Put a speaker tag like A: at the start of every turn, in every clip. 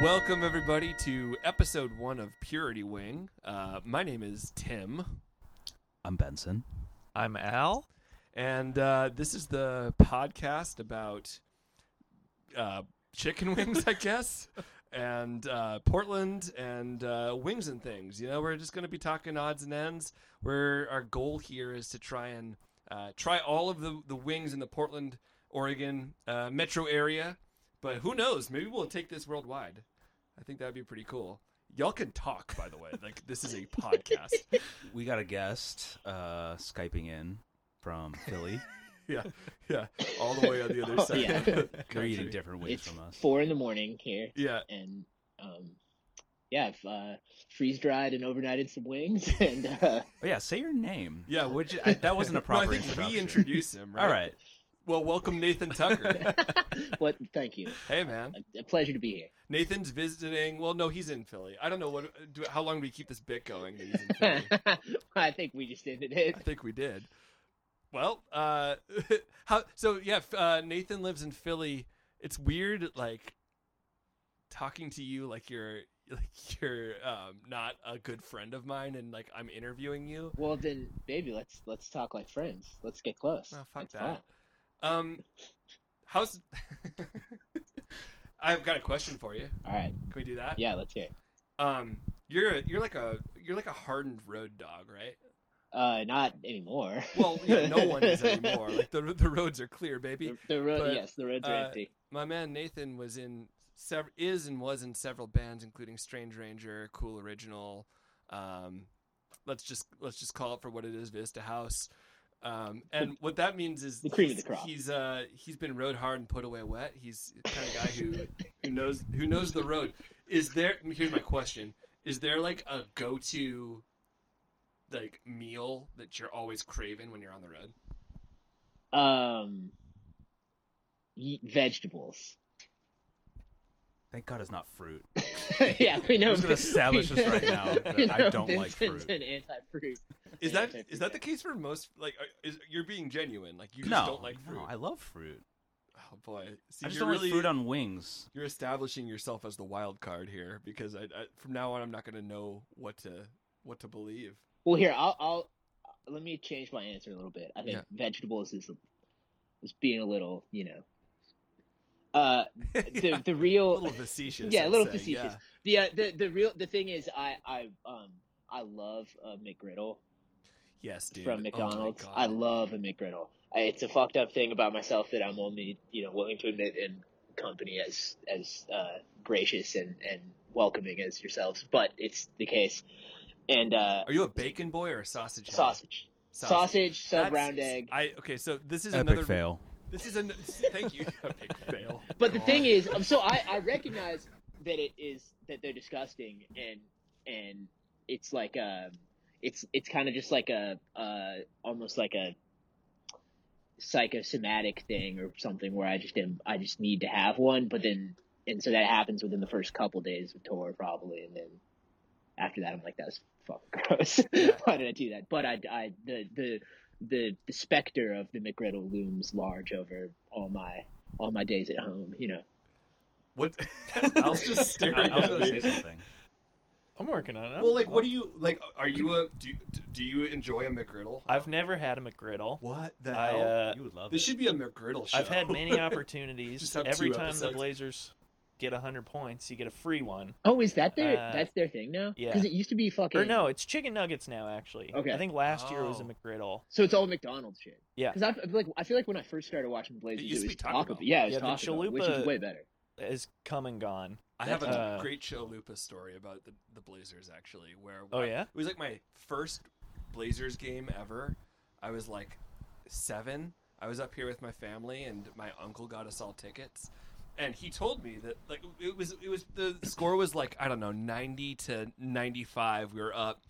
A: Welcome, everybody, to episode one of Purity Wing. Uh, my name is Tim,
B: I'm Benson.
C: I'm Al.
A: and uh, this is the podcast about uh, chicken wings, I guess, and uh, Portland and uh, wings and things. You know, we're just going to be talking odds and ends. Where our goal here is to try and uh, try all of the, the wings in the Portland, Oregon uh, metro area. But who knows? Maybe we'll take this worldwide. I think that'd be pretty cool. Y'all can talk, by the way. Like this is a podcast.
B: We got a guest uh, skyping in from Philly.
A: yeah, yeah, all the way on the other side.
D: yeah.
A: of the
B: They're eating
A: country.
B: different wings
D: it's
B: from us.
D: four in the morning here,
A: Yeah,
D: and um, yeah, I've uh, freeze dried and overnighted some wings, and uh,
B: Oh, yeah, say your name.
A: yeah.
B: Which I, that wasn't a
A: No, I
B: proper
A: think we
B: introduction.
A: introduce him. Right?
B: All right.
A: Well, welcome Nathan Tucker.
D: what? Thank you.
A: hey, man.
D: A, a pleasure to be here.
A: Nathan's visiting. Well, no, he's in Philly. I don't know what. Do, how long do we keep this bit going? That he's in Philly?
D: I think we just ended
A: I
D: it.
A: think we did. Well, uh, how? So yeah, f- uh, Nathan lives in Philly. It's weird, like talking to you like you're like you're um, not a good friend of mine, and like I'm interviewing you.
D: Well, then, baby, let's let's talk like friends. Let's get close.
A: Oh, fuck
D: That's
A: that. Um, how's? I've got a question for you.
D: fine. All right.
A: Can we do that?
D: Yeah, let's hear. It.
A: Um, you're a, you're like a you're like a hardened road dog, right?
D: Uh, not anymore.
A: Well, yeah, no one is anymore. Like the the roads are clear, baby.
D: The, the road,
A: but,
D: yes, the roads are
A: uh,
D: empty.
A: My man Nathan was in sev- is and was in several bands, including Strange Ranger, Cool Original. Um, let's just let's just call it for what it is, Vista House. Um, and what that means is
D: The cream of
A: he's,
D: the crop.
A: He's uh he's been road hard and put away wet. He's the kind of guy who who knows who knows the road. Is there? Here's my question: Is there like a go to like meal that you're always craving when you're on the road?
D: Um, y- vegetables.
B: Thank God it's not fruit.
D: yeah, we know.
B: I'm just gonna establish this right now that
D: we
B: I
D: know
B: don't like
D: Vincent's
B: fruit.
D: An anti-fruit.
A: Is
D: Yeah,
A: that
D: type
A: is
D: of
A: that the
D: guy.
A: case for most? Like, are- is, you're being genuine. Like, you just
B: no,
A: don't like fruit.
B: no, I love fruit.
A: oh boy, See,
B: I just
A: you're
B: don't
A: really
B: like fruit on wings.
A: you're establishing yourself as the wild card here because I, I from now on I'm not going to know what to what to believe.
D: Well, here I'll, I'll let me change my answer a little bit. I think
A: Yeah.
D: vegetables is is being a little, you know, uh, the the
A: a
D: real
A: little facetious.
D: yeah, a
A: I'd
D: little
A: say,
D: facetious.
A: yeah.
D: the uh, the the real the thing is I I um I love a McGriddle
A: Yes, dude. Oh
D: from
A: my
D: McDonald's.
A: God.
D: I love a McGriddle. I, it's a fucked up thing about myself that I'm only you know willing to admit in company as as uh, gracious and and welcoming as yourselves, but it's the case. And uh,
A: Are you a bacon boy or a sausage? head?
D: sausage, sausage, sub
A: That's-
D: round egg.
A: I okay. So this is
B: Epic
A: another
B: fail.
A: This is an thank you. Epic fail.
D: But the thing is, um, so I, I recognize that it is that they're disgusting, and and it's like um, it's it's kind of just like a uh, almost like a psychosomatic thing or something where I just am I just need to have one, but then and so that happens within the first couple days of tour probably, and then after that I'm like that's fucking gross. Why did I do that? But I, I the the the the specter of the McGriddle looms large over all my all my days at home, you know.
A: What? I was just
B: I,
A: staring
B: I was
A: at
B: gonna say
A: me.
B: something.
C: I'm working on it.
A: Well, like, what do you like? Are you a do? you- Do you enjoy a McGriddle?
C: I've never had a McGriddle.
A: What the
C: I,
A: hell?
C: uh,
B: you would love
A: this
B: it.
A: should be a McGriddle show.
C: I've had many
A: Just
C: opportunities.
A: have
C: Every
A: two
C: time
A: episodes.
C: the Blazers get 100 points, you get a free one.
D: Oh, is that their
C: Uh,
D: that's their thing now?
C: yeah.
D: Because it used to be fucking.
C: Or no, it's chicken nuggets now, actually.
D: Okay.
C: I think last year was a
A: Oh.
C: McGriddle.
D: So it's all McDonald's shit.
C: Yeah.
D: Because I feel like I feel like when I first started watching Blazers,
A: It used to
D: was
A: be Taco Bell.
D: Yeah, it was
C: Yeah, the
D: Taco Bell, which
C: chalupa-
D: is way better.
C: It's come and gone.
A: I have a
C: Uh,
A: great chalupa story about the, the Blazers actually, where
C: Oh, yeah?
A: it was like my first Blazers game ever. I was like seven. I was up here with my family, and my uncle got us all tickets, and he told me that like it was it was the score was like I don't know ninety to ninety five. We were up,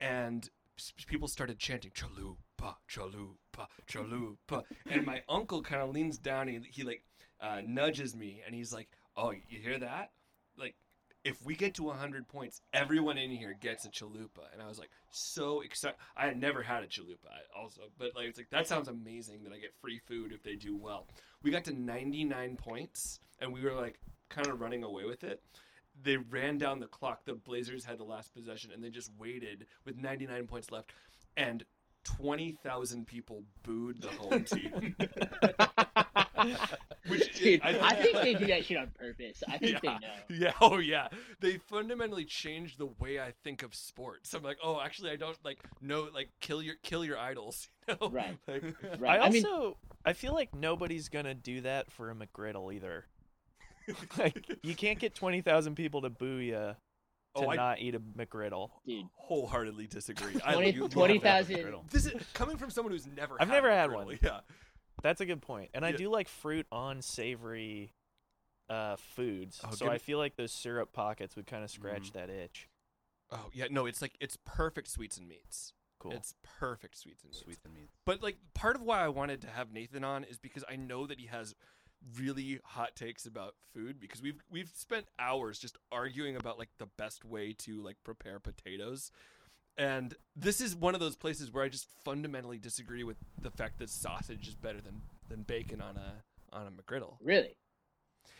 A: and s- people started chanting chalupa, chalupa, chalupa, and my uncle kind of leans down and he, he like uh, nudges me, and he's like, "Oh, you hear that? Like." if we get to 100 points, everyone in here gets a chalupa. And I was like, so excited. I had never had a chalupa also, but like, it's like, that sounds amazing that I get free food if they do well. We got to 99 points and we were like kind of running away with it. they ran down the clock. The Blazers had the last possession, and they just waited with 99 points left, and 20,000 people booed the home team. Which is-
D: Dude,
A: I
D: I think they do that shit on purpose. I think
A: Yeah.
D: they know.
A: Yeah, oh yeah. They fundamentally changed the way I think of sports. I'm like, oh, actually, I don't like no, like kill your kill your idols. You know?
D: Right.
A: Like,
D: Right.
C: I
D: I,
C: also
D: mean,
C: I feel like nobody's gonna do that for a McGriddle either. like you can't get twenty thousand people to boo you to
A: oh, I
C: not eat a McGriddle.
D: dude,
A: wholeheartedly disagree. I-
D: 20
A: you- you have to have a
D: 20,000
B: griddle.
A: This is coming from someone who's never.
C: I've never
A: a
C: had
A: griddle,
C: one.
A: Yeah.
C: That's a good point. And I
A: Yeah.
C: do like fruit on savory uh, foods,
A: Oh,
C: so
A: give Mm-hmm.
C: I
A: it-
C: feel like those syrup pockets would kind of scratch that itch.
A: Oh yeah. No, it's like it's perfect sweets and meats.
C: Cool.
A: It's perfect sweets and meats.
B: Sweet than meat.
A: But like part of why I wanted to have Nathan on is because I know that he has really hot takes about food because we've we've spent hours just arguing about like the best way to like prepare potatoes. And this is one of those places where I just fundamentally disagree with the fact that sausage is better than than bacon on a on a McGriddle.
D: really?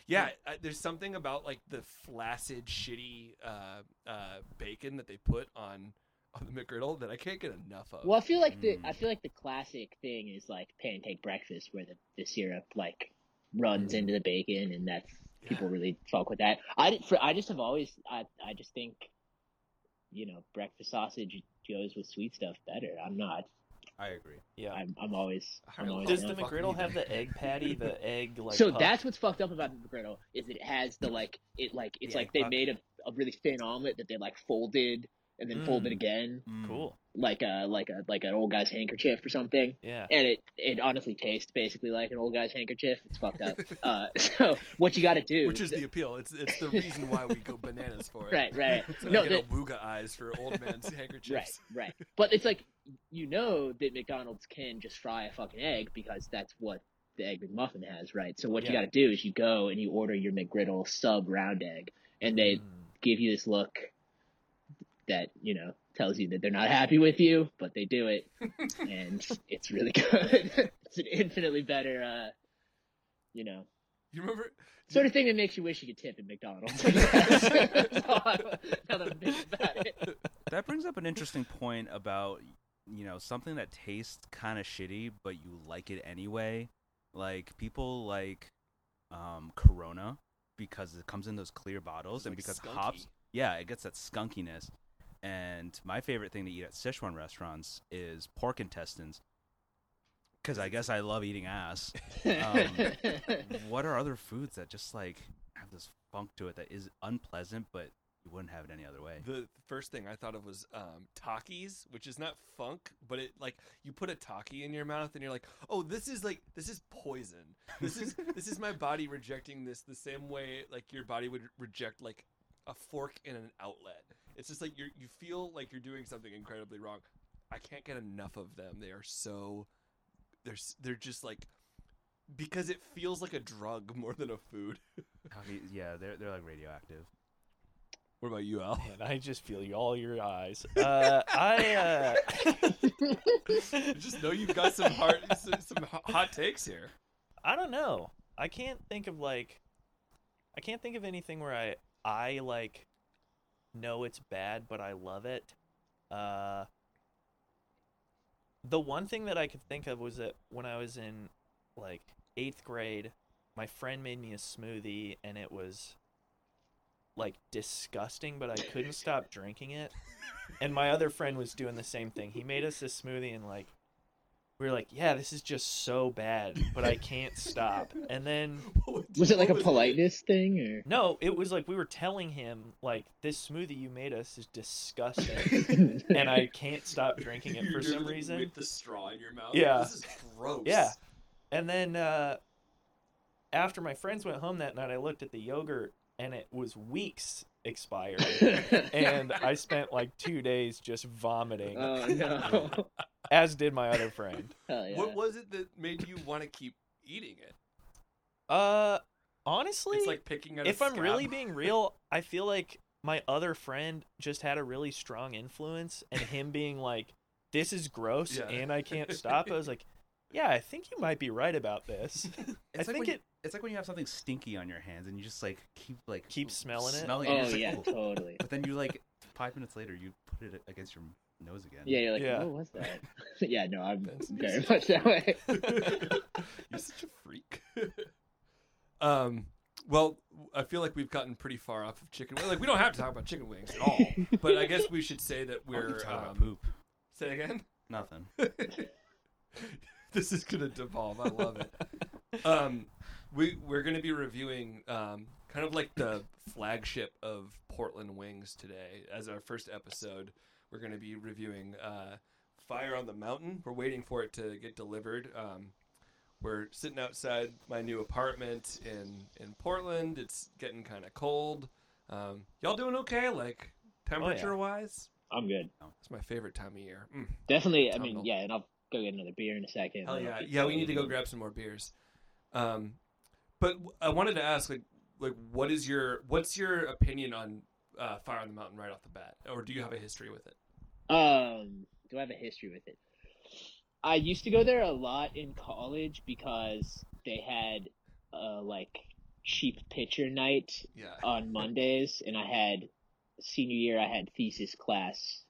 A: Yeah, I, there's something about like the flaccid, shitty uh, uh, bacon that they put on on the McGriddle that I can't get enough of.
D: Well, I feel like the
B: Mm.
D: I feel like the classic thing is like pancake breakfast, where the, the syrup like runs into the bacon, and that's people really fuck with that. I di- for, I just have always I I just think, you know, breakfast sausage goes with sweet stuff better. I'm not.
B: I agree.
C: yeah.
D: I'm I'm always.
A: I
D: I'm
A: love
D: always
C: Does
A: I
C: the
A: don't fucking
C: McGriddle
A: eat
C: have
A: that.
C: the egg patty, the egg like?
D: so
C: puff?
D: that's what's fucked up about the McGriddle is it has the like it like it's
B: Yeah,
D: like they
B: fuck.
D: made a, a really thin omelet that they like folded and then folded
C: Mm.
D: again
B: Mm.
C: cool.
D: like a like a like an old guy's handkerchief or something
C: Yeah.
D: and it it honestly tastes basically like an old guy's handkerchief it's fucked up uh so what you got to do
A: Which is the appeal. It's it's the reason why we go bananas for it.
D: right right
A: So
D: no
A: we
D: the,
A: get awooga eyes for old man's handkerchiefs.
D: Right, right. But it's like you know that McDonald's can just fry a fucking egg because that's what the egg McMuffin has, right? So what you
A: Yeah.
D: got to do is you go and you order your McGriddle sub round egg, and they
A: Mm-hmm.
C: Mm.
D: give you this look that you know tells you that they're not happy with you, but they do it, and it's really good. it's an infinitely better, uh, you know,
A: You remember?
D: sort of thing that makes you wish you could tip at McDonald's. That's all I- now that I'm thinking about it.
B: That brings up an interesting point about you know something that tastes kind of shitty, but you like it anyway. Like people like um, Corona because it comes in those clear bottles,
A: It's
B: and
A: like
B: because
A: skunky.
B: hops, yeah, it gets that skunkiness. And my favorite thing to eat at Sichuan restaurants is pork intestines, because I guess I love eating ass.
A: Um,
B: what are other foods that just like have this funk to it that is unpleasant, but you wouldn't have it any other way?
A: The first thing I thought of was um, Takis, which is not funk, but it like you put a Taki in your mouth and you're like, oh, this is like this is poison. This is this is my body rejecting this the same way like your body would reject like a fork in an outlet. It's just like you you feel like you're doing something incredibly wrong. I can't get enough of them. They are so they're s- they're just like because it feels like a drug more than a food.
B: Coffee- yeah, they're they're like radioactive.
A: What about you, Al?
C: And I just feel you all your eyes. Uh, I uh,
A: I just know you've got some hard some, some ho- hot takes here.
C: I don't know. I can't think of like I can't think of anything where I I like know it's bad but I love it. Uh The one thing that I could think of was that when I was in like 8th grade, my friend made me a smoothie and it was like disgusting but I couldn't stop drinking it. And my other friend was doing the same thing. He made us this smoothie and like we were like, yeah, this is just so bad, but I can't stop. And then
D: was it like a politeness thing or?
C: no, it was like we were telling him like this smoothie you made us is disgusting, and I can't stop drinking it for
A: You're
C: some
A: like
C: reason.
A: With the straw in your mouth.
C: Yeah.
A: This is gross.
C: Yeah. And then uh, after my friends went home that night, I looked at the yogurt and it was weeks expired, and I spent like two days just vomiting,
A: Uh.
D: oh no!
C: as did my other friend.
D: Hell yeah.
A: What was it that made you want to keep eating it?
C: Uh, honestly,
A: It's like picking at a
C: if I'm
A: scab.
C: really being real, I feel like my other friend just had a really strong influence, and him being like, "This is gross,"
A: Yeah.
C: and I can't stop. I was like, yeah, I think you might be right about this. I
B: It's like
C: think
B: when,
C: it
B: it's like when you have something stinky on your hands and you just like keep like
C: Keep smelling it?
B: smelling
D: Oh
B: It's like,
D: yeah,
B: "Ooh."
D: totally.
B: But then you like five minutes later you put it against your nose again.
D: Yeah, you're like,
C: Yeah.
D: what was that? yeah, no, I'm
A: That's
D: very
A: amazing.
D: much that way.
A: You're such a freak. um, well, I feel like we've gotten pretty far off of chicken. Like we don't have to talk about chicken wings at all, but I guess we should say that
B: Why don't you
A: we're.
B: talk about
A: Um,
B: poop.
A: say again.
B: Nothing.
A: this is gonna devolve. I love it. Um, we we're gonna be reviewing um, kind of like the flagship of Portland Wings today as our first episode. We're gonna be reviewing uh, Fire on the Mountain. We're waiting for it to get delivered. Um, we're sitting outside my new apartment in in Portland. It's getting kind of cold. Um, y'all doing okay? Like temperature wise,
D: I'm good.
A: it's my favorite time of year. Mm.
D: Definitely. I
A: Tom,
D: mean,
A: don't-
D: yeah, and I'll go get another beer in a second.
A: Hell
D: and
A: yeah,
D: I'll keep
A: yeah. We need to go
D: going.
A: grab some more beers. Um, but w- I wanted to ask, like, like what is your what's your opinion on uh, Fire on the Mountain right off the bat, or do you have a history with it?
D: Um, do I have a history with it? I used to go there a lot in college because they had uh like cheap pitcher night
A: Yeah,
D: on Mondays, and I had senior year I had thesis class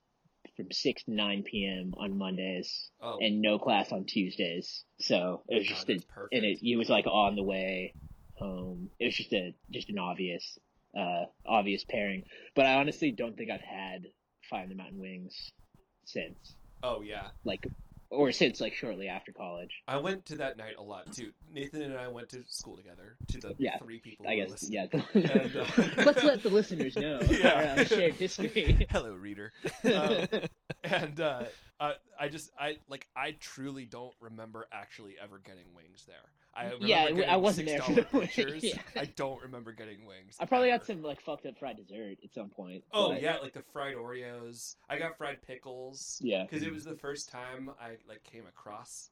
D: from six to nine p.m. on Mondays,
A: oh,
D: and no class on Tuesdays. So it was
A: God,
D: just a,
A: that's perfect.
D: and it, it was like on the way home. It was just a just an obvious uh obvious pairing. But I honestly don't think I've had Fire on the Mountain Wings since
A: oh yeah,
D: like or since like shortly after college.
A: I went to that night a lot too. Nathan and I went to school together. To the
D: Yeah,
A: three people.
D: I
A: who were
D: guess
A: listening.
D: yeah.
A: And, uh,
D: Let's let the listeners know
A: Yeah.
D: our uh, shared history.
A: Hello, reader. Um, and uh, I, I just I like I truly don't remember actually ever getting wings there. I remember
D: Yeah, I w-
A: getting
D: I wasn't there
A: six
D: for
A: dollar
D: the wings,
A: pictures.
D: yeah.
A: I don't remember getting wings.
D: I probably
A: ever.
D: got some like fucked up fried dessert at some point.
A: Oh
D: but-
A: yeah, like the fried Oreos. I got fried pickles
D: yeah.
A: because it was the first time I like came across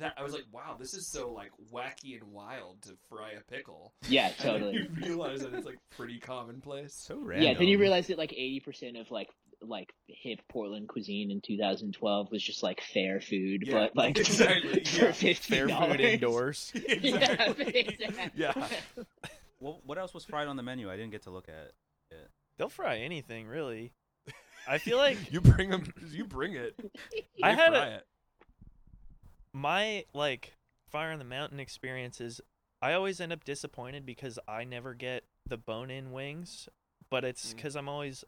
A: that. I was like, wow, this is so like wacky and wild to fry a pickle.
D: Yeah,
A: And then
D: totally.
A: you realize that it's like pretty commonplace.
B: So random.
D: Yeah, then you realize that like eighty percent of like like hip Portland cuisine in 2012 was just like fair food,
A: Yeah,
D: but like
A: exactly,
D: for
A: yeah.
D: fifteen
C: fair food indoors.
A: Exactly.
D: Yeah,
A: yeah.
B: Well, what else was fried on the menu? I didn't get to look at.
C: They'll fry anything, really. I feel like
A: you bring them. You bring it.
C: I
A: They
C: had a-
A: fry it.
C: my like fire on the mountain experiences i always end up disappointed because i never get the bone in wings but it's
A: Mm.
C: because i'm always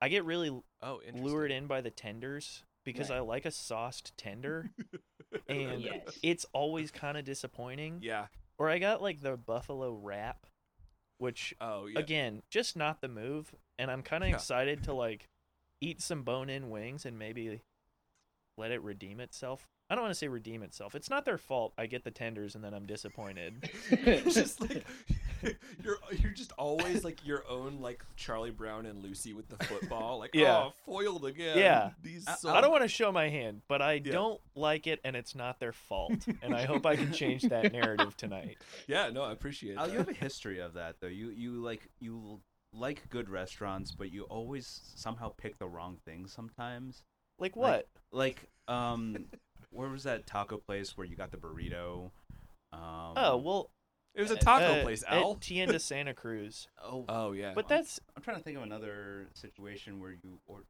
C: i get really
A: Oh, interesting.
C: lured in by the tenders because
D: Right.
C: i like a sauced tender and
D: Yes.
C: it's always kind of disappointing
A: Yeah.
C: or i got like the buffalo wrap which
A: Oh, yeah.
C: again just not the move and i'm kind of
A: Yeah.
C: excited to like eat some bone in wings and maybe let it redeem itself i don't want to say redeem itself it's not their fault i get the tenders and then i'm disappointed
A: It's just like you're you're just always like your own like Charlie Brown and Lucy with the football. Like,
C: Yeah.
A: oh, foiled again.
C: Yeah.
A: These
B: I- I
A: so-
C: i don't want to show my hand but i
A: Yeah.
C: don't like it and it's not their fault and i hope i can change that narrative tonight
A: Yeah, no, I appreciate
B: Al,
A: that.
B: Oh, you have a history of that though. You you like you like good restaurants, but you always somehow pick the wrong thing sometimes.
C: like what
B: Like um, where was that taco place where you got the burrito? Um,
C: oh well
A: It was a taco
C: uh,
A: place,
C: at
A: Al.
C: tienda santa cruz
B: oh,
A: oh yeah.
C: but that's
B: I'm trying to think of another situation where you order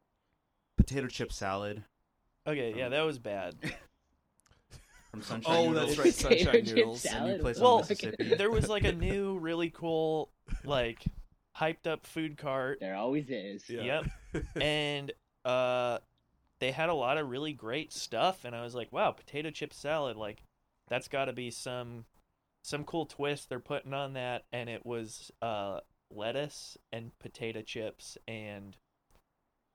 B: potato chip salad
C: okay yeah that was bad
B: from Sunshine
A: oh,
B: Noodles.
A: that's right.
D: Potato
A: Sunshine
D: chip
A: noodles.
B: and
D: Salad.
B: you place
C: Well,
B: on Mississippi.
C: there was like a new really cool like hyped up food cart
D: there always is.
A: Yeah.
C: Yep. and uh, they had a lot of really great stuff, and I was like, wow, potato chip salad, like that's got to be some some cool twist they're putting on that. And it was uh, lettuce and potato chips and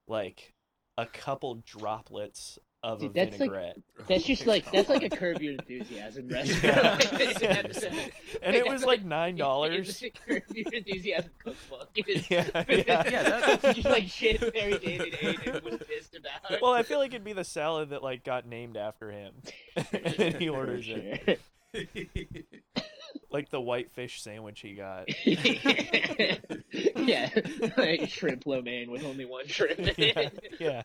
C: like a couple droplets of
D: Dude,
C: a
D: that's like-
C: vinaigrette.
D: That's just like that's like a curb your enthusiasm
C: Yeah.
D: restaurant.
C: and it was like nine dollars.
D: curb your enthusiasm cookbook. You just-
C: yeah, yeah.
B: Yeah, that's-
D: you just like shit every day that Aiden was pissed about.
C: well, I feel like it'd be the salad that like got named after him, and he
D: For
C: orders it.
D: sure.
C: like the whitefish sandwich he got.
D: yeah, like shrimp lo mein with only one shrimp in
C: yeah,
D: it.
C: yeah.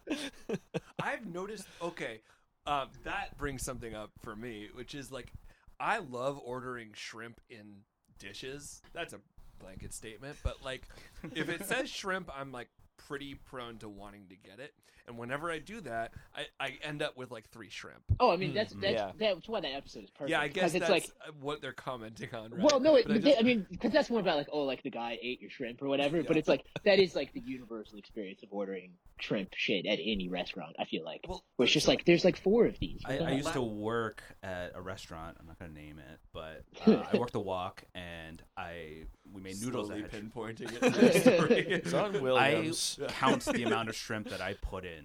A: I've noticed. Okay, um, that brings something up for me, which is like, I love ordering shrimp in dishes. That's a blanket statement, but like, if it says shrimp, I'm like pretty prone to wanting to get it. And whenever I do that, I, I end up with like three shrimp.
D: Oh, I mean, that's
C: Mm,
D: that's
C: yeah.
D: that's why that episode is perfect.
A: Hmm, yeah, I guess
D: 'cause it's
A: that's
D: like
A: what they're commenting on. Right?
D: Well, no, it,
A: But I
D: I,
A: just-
D: I mean, because that's more about like, oh, like the guy ate your shrimp or whatever. But
A: Yeah.
D: it's like that is like the universal experience of ordering shrimp shit at any restaurant. I feel like,
A: Well,
D: where it's just
A: so-
D: like there's like four of these.
B: I,
D: What
B: I
D: the
B: used
D: hell?
B: to work at a restaurant. I'm not gonna name it, but uh, I worked the walk, and I we made noodles. that
A: Slowly
B: had shrimp.
A: pinpointing it. to their story.
C: John Williams.
A: Yeah.
B: Count the amount of shrimp that I put in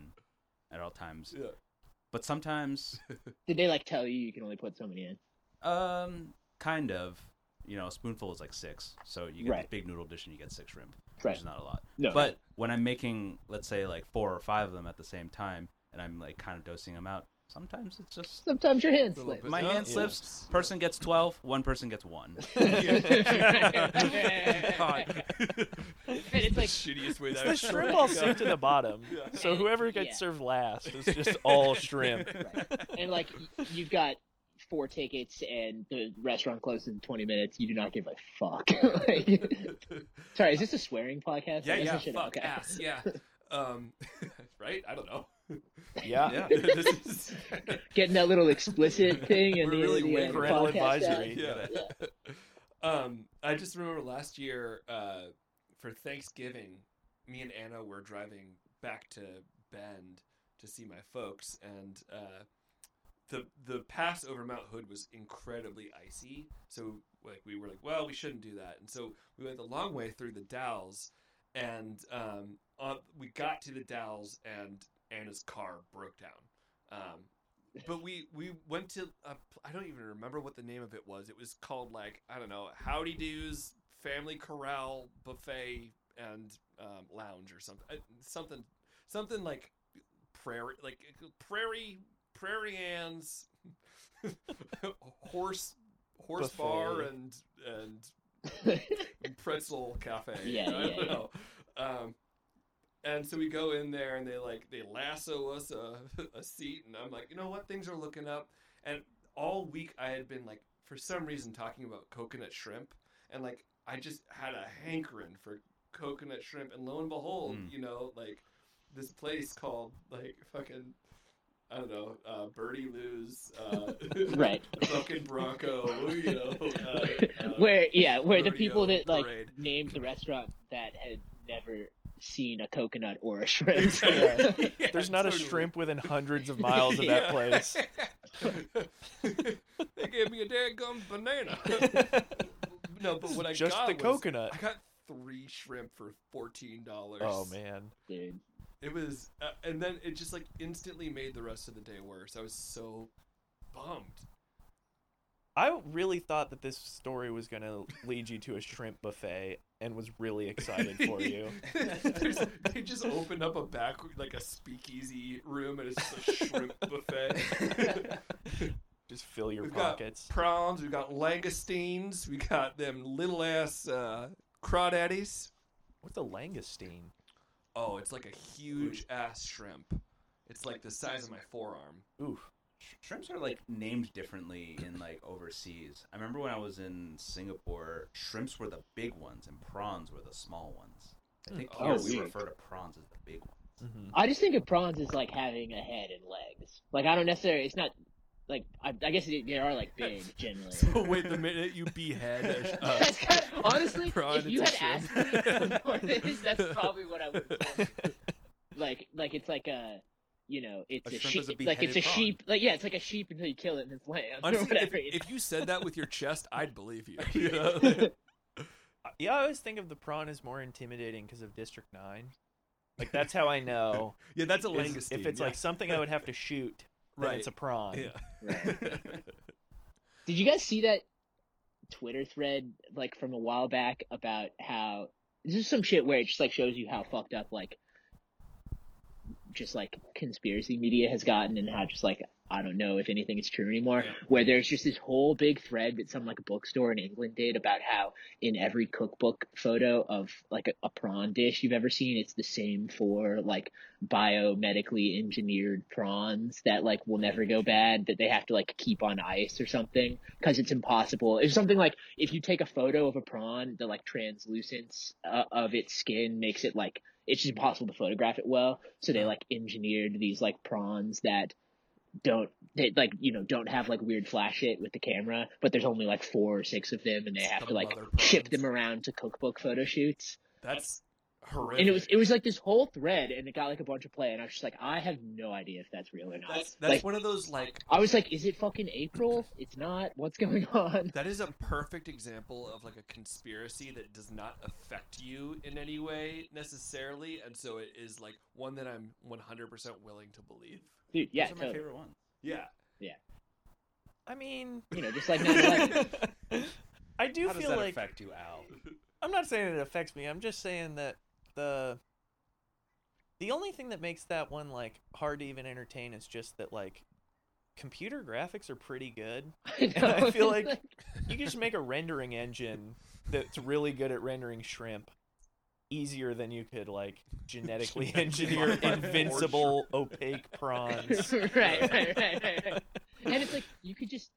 B: at all times.
A: Yeah.
B: But sometimes,
D: Did they like tell you you can only put so many in?
B: um, kind of, you know, a spoonful is like six. So you get
D: Right.
B: this big noodle dish and you get six shrimp,
D: Right.
B: which is not a lot.
D: No.
B: But when I'm making, let's say, like four or five of them at the same time, and I'm like kind of dosing them out, sometimes it's just
D: sometimes your hand
A: It's a little
D: slips.
A: bit-
B: my
A: Yeah.
B: hand slips. Person gets twelve, one person gets one.
A: God. the
D: it's like-
A: shittiest way that
C: The
A: I've
C: shrimp
A: heard
C: all
A: it.
C: sink to the bottom.
A: Yeah.
C: So whoever gets
D: Yeah.
C: served last is just all shrimp.
D: and like y- you've got four tickets and the restaurant closes in 20 minutes. You do not give a fuck. like, sorry, is this a swearing podcast?
A: yeah,
D: I guess I
A: yeah,
D: should-
A: fuck
D: okay.
A: ass, yeah. Um, right? I don't know.
C: Yeah.
B: Yeah.
A: this is,
D: Getting that little explicit thing and
A: We're
D: the,
A: really
D: the,
A: way
D: uh,
A: parental
D: podcast app.
C: advisory.
A: yeah. Um, I just remember last year uh, for Thanksgiving, me and Anna were driving back to Bend to see my folks, and uh, the the pass over Mount Hood was incredibly icy. So like we were like, well, we shouldn't do that, and so we went the long way through the Dalles, and um, on, we got to the Dalles, and Anna's car broke down. Um, but we we went to a, pl- I don't even remember what the name of it was. It was called like I don't know Howdy Do's Family Corral Buffet and um, Lounge or something uh, something something like prairie like prairie prairie Ann's horse horse
C: Buffet.
A: bar and and pretzel cafe.
D: Yeah,
A: I don't
D: yeah, yeah.
A: know. Um, and so we go in there and they like they lasso us a, a seat and I'm like, you know what? Things are looking up. And all week I had been like, for some reason, talking about coconut shrimp and like I just had a hankering for coconut shrimp. And lo and behold,
D: Hmm.
B: Mm.
A: you know, like this place called like fucking. I don't know, uh, Birdie Lou's, uh,
D: Right.
A: fucking Bronco, you know. Uh, uh,
D: where yeah, where the people
A: rodeo
D: that like
A: parade.
D: named the restaurant that had never seen a coconut or a shrimp.
C: Exactly.
A: Yeah,
C: There's not
A: totally.
C: a shrimp within hundreds of miles of that
A: Yeah.
C: place.
A: they gave me a dadgum banana. no, but what I
C: Just
A: got
C: the
A: was-
C: coconut.
A: I got three shrimp for fourteen dollars.
C: Oh man.
D: Dude.
A: it was, uh, and then it just like instantly made the rest of the day worse. I was so bummed.
C: I really thought that this story was going to lead you to a shrimp buffet and was really excited for you.
A: There's- they just opened up a back, like a speakeasy room, and it's just a shrimp buffet.
C: Just fill your
A: We've got
C: pockets.
A: prawns, we got langoustines, we got them little ass uh, crawdaddies.
C: What's a langoustine?
A: Oh, it's like a huge ass shrimp. It's like the size of my forearm.
C: Ooh.
B: Sh- Shrimps are like named differently in like overseas. I remember when I was in Singapore, shrimps were the big ones and prawns were the small ones. I think
A: Oh,
B: here we
D: weird.
B: refer to prawns as the big ones.
A: Mm-hmm.
C: Mhm.
D: I just think of prawns as like having a head and legs. Like I don't necessarily. It's not like I, I guess they, they are like big generally.
A: So wait the minute you behead a, uh,
D: That's kind of- honestly,
A: prawn,
D: if you
A: it's
D: had
A: a
D: asked
A: shrimp.
D: me before this, that's probably what I would. have said. Like, like it's like a, you know, it's
B: A
D: a,
B: shrimp
D: sheep.
B: is a
D: like it's a
B: beheaded prawn.
D: sheep. Like yeah, it's like a sheep until you kill it and it's lamb or
A: honestly, if,
D: whatever.
A: if you said that with your chest, I'd believe you. you know?
C: Uh, Yeah, I always think of the prawn as more intimidating because of District 9. Like, that's how I know.
A: Yeah, that's a
C: is
A: langoustine.
C: if it's
A: yeah.
C: like something I would have to shoot, then
A: Right.
C: it's a prawn.
A: Yeah.
D: Did you guys see that Twitter thread like from a while back about how this is some shit where it just like shows you how fucked up like just like conspiracy media has gotten and how just like I don't know if anything is true anymore,
A: Yeah.
D: where there's just this whole big thread that some like bookstore in England did about how in every cookbook photo of like a, a prawn dish you've ever seen, it's the same for like biomedically engineered prawns that like will never go bad that they have to like keep on ice or something because it's impossible. It's something like if you take a photo of a prawn, the like translucence uh, of its skin makes it like it's just impossible to photograph it well. So they like engineered these like prawns that don't they like you know don't have like weird flash it with the camera, but there's only like four or six of them, and they
A: It's
D: have
A: the
D: to like
A: mother
D: ship
A: prawns.
D: them around to cookbook photo shoots.
A: That's horrific.
D: And it was it was like this whole thread, and it got like a bunch of play, and I was just like, I have no idea if that's real or not.
A: that's that's
D: like,
A: one of those like
D: I was like, is it fucking April? It's not. What's going on?
A: That is a perfect example of like a conspiracy that does not affect you in any way necessarily, and so it is like one that I'm 100% willing to believe.
D: Dude, yeah,
B: Those are my
D: totally.
B: favorite ones.
A: Yeah.
C: I mean,
D: you know, just like 9/11.
A: yeah.
C: I do
B: How does
C: feel
B: that
C: like
B: affect you, Al?
C: I'm not saying it affects me. I'm just saying that the the only thing that makes that one like hard to even entertain is just that like computer graphics are pretty good. I feel like- You can just make a rendering engine that's really good at rendering shrimp easier than you could like genetically
A: Genetically
C: engineer
A: modify more
C: invincible opaque prawns.
D: right, right, right, right, right. And it's like you could just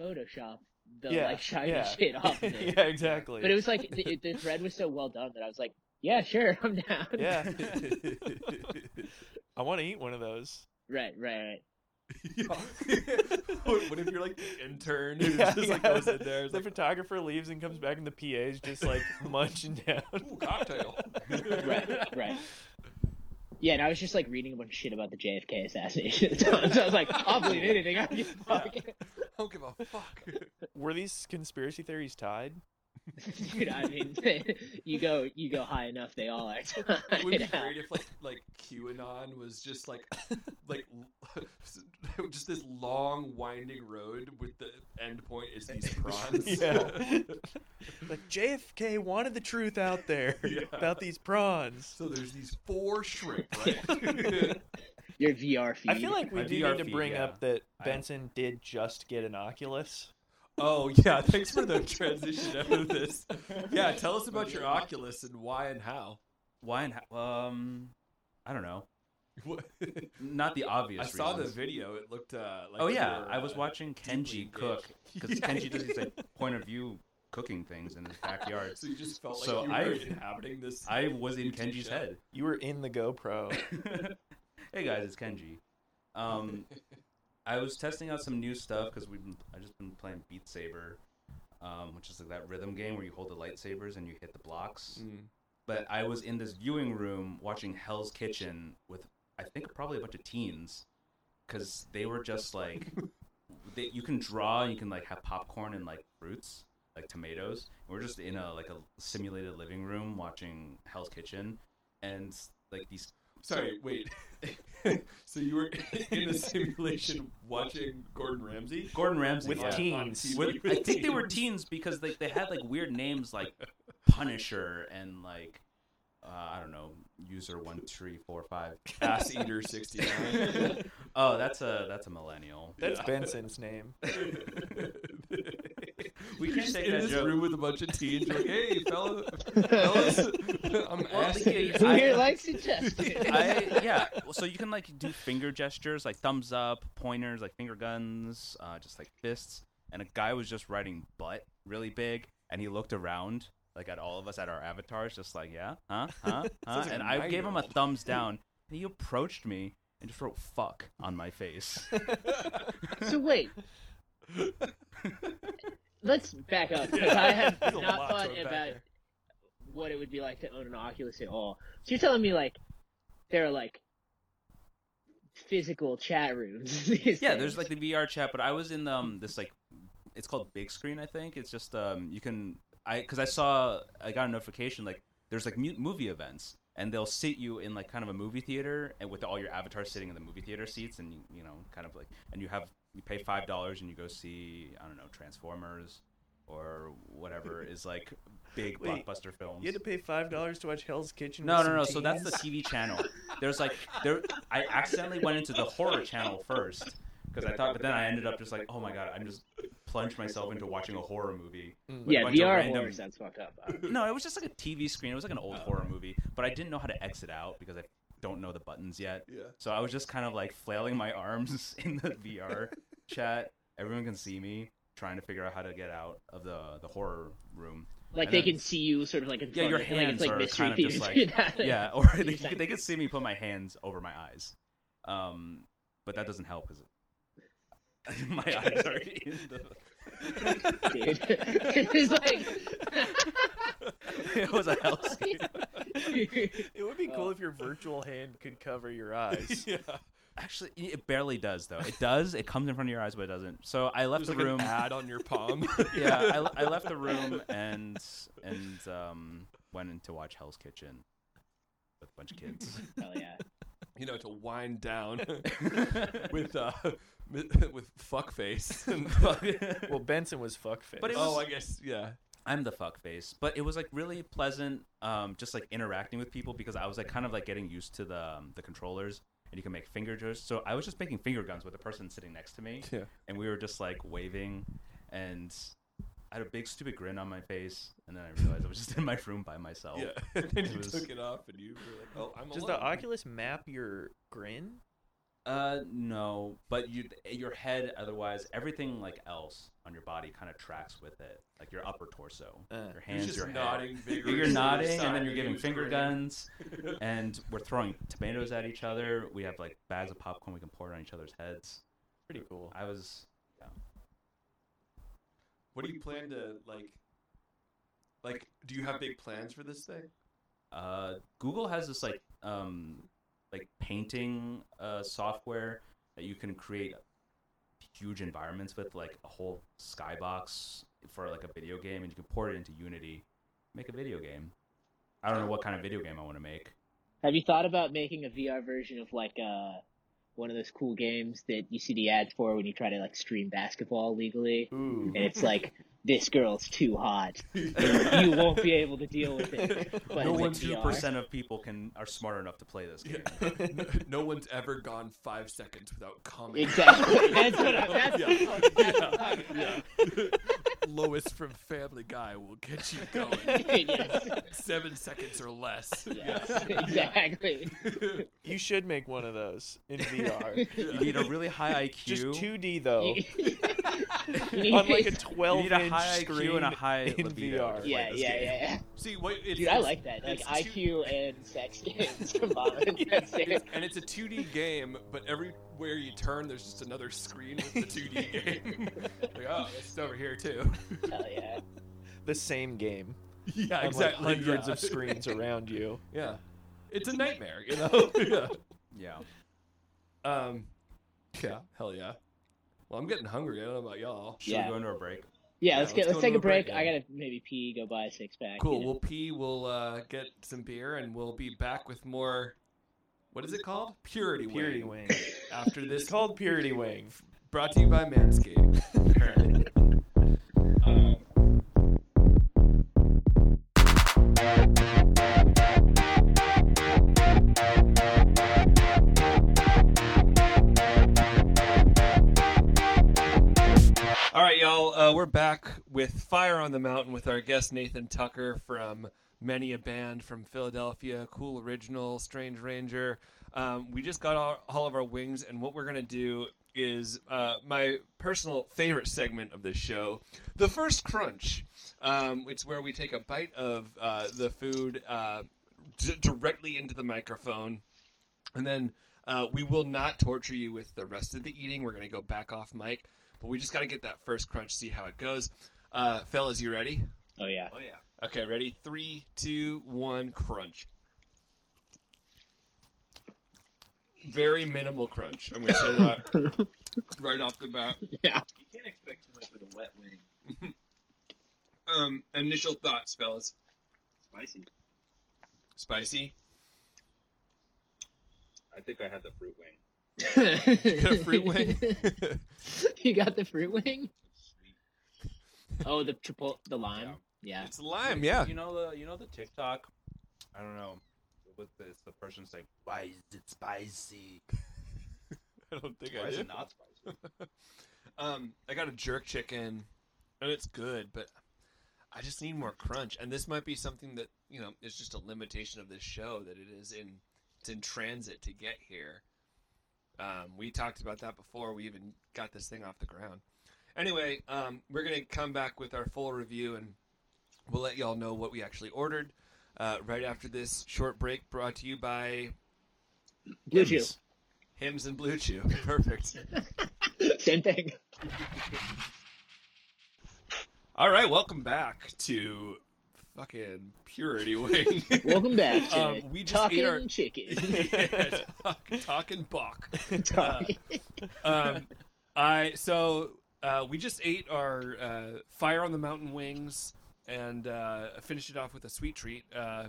D: Photoshop the
C: Yeah,
D: like shiny
C: yeah.
D: shit off. Of it.
C: yeah, exactly.
D: But it was like the, the thread was so well done that I was like, yeah, sure, I'm down.
C: Yeah. I want to eat one of those.
D: Right, right, right.
A: Oh. what, what if you're like the intern who's
C: Yeah,
A: just like
C: yeah.
A: goes in there? Is
C: The
A: like,
C: photographer leaves and comes back, and the PA is just like munching down.
A: Ooh, cocktail.
D: Right, right. Yeah, and I was just like reading a bunch of shit about the JFK assassination. at the time, so I was like, I'll believe anything. I don't give a fuck.
A: I don't give a fuck.
C: Were these conspiracy theories tied?
D: Dude, I mean, you go you go high enough, they all are.
A: It would be
D: tied out.
A: great if like like QAnon was just like like just this long winding road with the end point is these prawns.
C: Yeah. Like JFK wanted the truth out there
A: Yeah.
C: about these prawns.
A: so there's these four shrimp, right?
D: Your VR feed.
C: I feel like we
B: My
C: do
B: VR
C: need to
B: feed,
C: bring
B: yeah.
C: up that
B: I don't-
C: Benson did just get an Oculus.
A: oh yeah, thanks for the transition out of this. Yeah, tell us about your Oculus and why and how.
B: Why and how? Um, I don't know.
A: What-
B: Not the obvious.
A: I saw the
B: reasons.
A: video. It looked uh, like
B: oh yeah,
A: you were,
B: I was
A: uh,
B: watching
A: deeply
B: Kenji cook
A: engaged.
B: because
A: Yeah.
B: Kenji does these like point of view cooking things in his backyard.
A: So you just felt like
B: So
A: you were
B: I-
A: inhabiting this.
B: I was in
A: YouTube
B: Kenji's
A: show.
B: head.
C: You were in the GoPro.
B: hey guys, it's Kenji. Um, I was testing out some new stuff because we've been, I just been playing Beat Saber, um, which is like that rhythm game where you hold the lightsabers and you hit the blocks.
A: Mm.
B: But I was in this viewing room watching Hell's Kitchen with I think probably a bunch of teens because they were just like they, you can draw, you can like have popcorn and like fruits, like tomatoes. And we're just in a like a simulated living room watching Hell's Kitchen, and like these
A: Sorry, wait. so you were in a simulation watching Gordon Ramsay
B: Gordon Ramsay
C: With
B: yeah.
C: teens.
B: With, I think they were
A: teens.
B: teens because they, they had like weird names like Punisher and like uh, I don't know user one three four five.
A: Ass Eater 69.
B: oh, that's a that's a millennial.
C: That's
A: Yeah.
C: Benson's name.
B: We
A: You're
B: can't
A: just
B: take
A: in
B: that
A: this
B: joke.
A: room with a bunch of teens. You're like, hey, fella, fellas, I'm
B: Well,
A: ass
B: the-
A: eater.
D: Who
B: I-
D: here likes to test it?
B: I, yeah, so you can like do finger gestures like thumbs up, pointers, like finger guns, uh, just like fists. And a guy was just writing butt really big, and he looked around like at all of us at our avatars, just like yeah, huh, huh, huh.
A: Sounds like
B: and
A: a
B: I gave him a
A: nine-year-old.
B: thumbs down, and he approached me and just wrote fuck on my face.
D: So wait. Let's back up because I have
C: There's a
D: not
C: lot to
D: thought
C: unpack
D: about
C: there.
D: what it would be like to own an Oculus at all. So you're telling me like there are like physical chat rooms. these
B: yeah, there's
D: days.
B: like the VR chat, but I was in um this like it's called big screen, I think. It's just um you can I because I saw I got a notification like there's like mu- movie events and they'll sit you in like kind of a movie theater and with all your avatars sitting in the movie theater seats and you, you know kind of like and you have you pay five dollars and you go see I don't know Transformers or whatever is like big
C: Wait,
B: blockbuster films.
C: You had to pay five dollars to watch Hell's Kitchen.
B: No,
C: with
B: no,
C: some
B: no. So that's the
C: teens?
B: TV channel. There's like there. I accidentally went into the horror channel first, because I thought, but then I ended up just like, oh my god, I'm just plunged myself into watching a horror movie.
C: Mm.
B: Like a
D: yeah,
B: bunch of
D: VR
B: random-
D: horror sounds fucked up. Uh,
B: No, it was just like a TV screen. It was like an old horror movie, but I didn't know how to exit out because I don't know the buttons yet.
E: Yeah.
B: So I was just kind of like flailing my arms in the VR chat. Everyone can see me trying to figure out how to get out of the the horror room.
D: like
B: I
D: they
B: don't-
D: can see you sort of like in
B: Yeah,
D: front
B: your
D: of- like,
B: hands
D: it's like
B: are
D: mystery
B: kind of just
D: theater.
B: Yeah, or they,
D: Exactly.
B: could- they could see me put my hands over my eyes. Um, but that doesn't help because my eyes are in the.
D: dude. it's like
B: it was a hellscape.
C: It would be cool
D: Oh.
C: if your virtual hand could cover your eyes.
A: yeah.
B: Actually, it barely does though. It does. It comes in front of your eyes, but it doesn't. So I left
A: There's
B: the
A: like
B: room.
A: an ad on your palm.
B: yeah, I, I left the room and and um went in to watch Hell's Kitchen with a bunch of kids.
D: Hell yeah.
A: you know, to wind down with uh, with fuckface.
C: well, Benson was fuckface.
B: But it
A: oh,
B: was-
A: I guess yeah.
B: I'm the fuck face, but it was like really pleasant, um, just like interacting with people because I was like kind of like getting used to the um, the controllers and you can make finger gestures. So I was just making finger guns with the person sitting next to me,
A: Yeah.
B: and we were just like waving, and I had a big stupid grin on my face, and then I realized I was just in my room by myself.
A: Yeah, and then
B: It
A: you
B: was-
A: took it off, and you were like, "Oh, I'm
C: does
A: alone."
C: the Oculus map your grin?
B: Uh, no, but you your head otherwise everything like else on your body kind of tracks with it, like your upper torso,
C: Uh,
B: your
A: He's
B: hands,
A: just
B: your head.
A: nodding vigorously
B: You're
A: to the
B: nodding,
A: side,
B: and then you're giving
A: was
B: finger
A: grinning.
B: guns, and we're throwing tomatoes at each other. We have like bags of popcorn we can pour on each other's heads.
C: Pretty cool.
B: I was
A: What do you plan to like? Like, do you have big plans for this thing?
B: uh, Google has this like um like painting uh software that you can create huge environments with like a whole skybox for like a video game and you can port it into Unity, make a video game. I don't know what kind of video game I want to make.
D: Have you thought about making a VR version of like uh one of those cool games that you see the ads for when you try to like stream basketball legally?
C: Ooh.
D: And it's like this girl's too hot. And you won't be able to deal with it. But
B: no
D: it's
B: one
D: in
B: two
D: VR.
B: percent of people can are smart enough to play this game.
A: no, no one's ever gone five seconds without commenting.
D: Exactly. That's what I, that's,
A: Yeah.
D: that's what I'm talking about.
A: Yeah. Lois from Family Guy will get you going.
D: yes.
A: Seven seconds or less.
D: Yes. Exactly.
C: You should make one of those in VR.
B: You need a really high IQ.
C: Just 2D though, on like a
D: yeah,
C: 12
B: you need a
C: inch
B: high
C: screen.
B: IQ and a high
C: in
B: libido. to
C: VR.
B: play
D: yeah, yeah,
B: this game.
D: yeah.
A: See, what, it's,
D: Dude, I
A: it's-
D: like that. Like
A: it's
D: IQ
A: two-
D: and sex games combined. That's it.
A: And it's a 2D game, but everywhere you turn, there's just another screen with the 2D game. like, oh, it's over here too.
D: Hell yeah.
C: The same game.
A: yeah,
C: on,
A: exactly.
C: Like hundreds
A: yeah.
C: of screens around you.
A: Yeah, it's a nightmare, you know. yeah.
B: Yeah.
A: Um, yeah, hell yeah. Well, I'm getting hungry. I don't know about y'all.
B: Should
D: Yeah.
B: we go into a break?
D: Yeah, let's
A: let's
D: get
A: go
D: let's
A: to
D: take
A: a
D: a break.
A: break,
D: I
A: yeah.
D: gotta maybe pee, go buy a six pack.
A: Cool. We'll pee. We'll uh, get some beer, and we'll be back with more. What is it called? Purity.
C: Purity
A: Wing.
C: Wing.
A: After this,
C: It's called Purity Wing.
A: brought to you by Manscaped. Um, All right, y'all. Uh, we're back with Fire on the Mountain with our guest Nathan Tucker from Many a Band from Philadelphia, Cool Original, Strange Ranger. Um, we just got all, all of our wings, and what we're gonna do is uh, my personal favorite segment of this show, the first crunch. Um, it's where we take a bite of uh, the food uh, d- directly into the microphone, and then uh, we will not torture you with the rest of the eating. We're gonna go back off mic, but we just gotta get that first crunch, see how it goes. Uh, fellas, you ready?
D: Oh yeah.
A: Oh yeah. Okay, ready? Three, two, one, crunch. Very minimal crunch. I'm gonna say that right off the bat.
D: Yeah.
A: You can't expect too much with a wet wing. um, initial thoughts, fellas.
F: Spicy.
A: Spicy.
F: I think I had the fruit wing.
A: You got a fruit wing.
D: you got the fruit wing?
F: It's sweet.
D: Oh, the triple, the lime. Yeah.
A: it's lime, yeah.
B: You know the you know the TikTok. I don't know. What the, it's the person's like, why is it spicy?
E: I don't think I
A: Why is
E: did.
A: it not spicy? um, I got a jerk chicken, and it's good, but I just need more crunch. And this might be something that you know is just a limitation of this show that it is in it's in transit to get here. Um, we talked about that before we even got this thing off the ground. Anyway, um, we're gonna come back with our full review, and we'll let y'all know what we actually ordered. Uh, right after this short break, brought to you by
D: Blue Chew.
A: Hims and Blue Chew. Perfect.
D: Same thing.
A: All right, welcome back to fucking Purity Wing.
D: Welcome back to
A: Um, we just
D: Talking
A: ate our-
D: Chicken.
A: yeah, talk, talking buck.
D: Talking-
A: Um, I so uh, we just ate our uh, fire on the mountain wings and uh, finished it off with a sweet treat. Uh,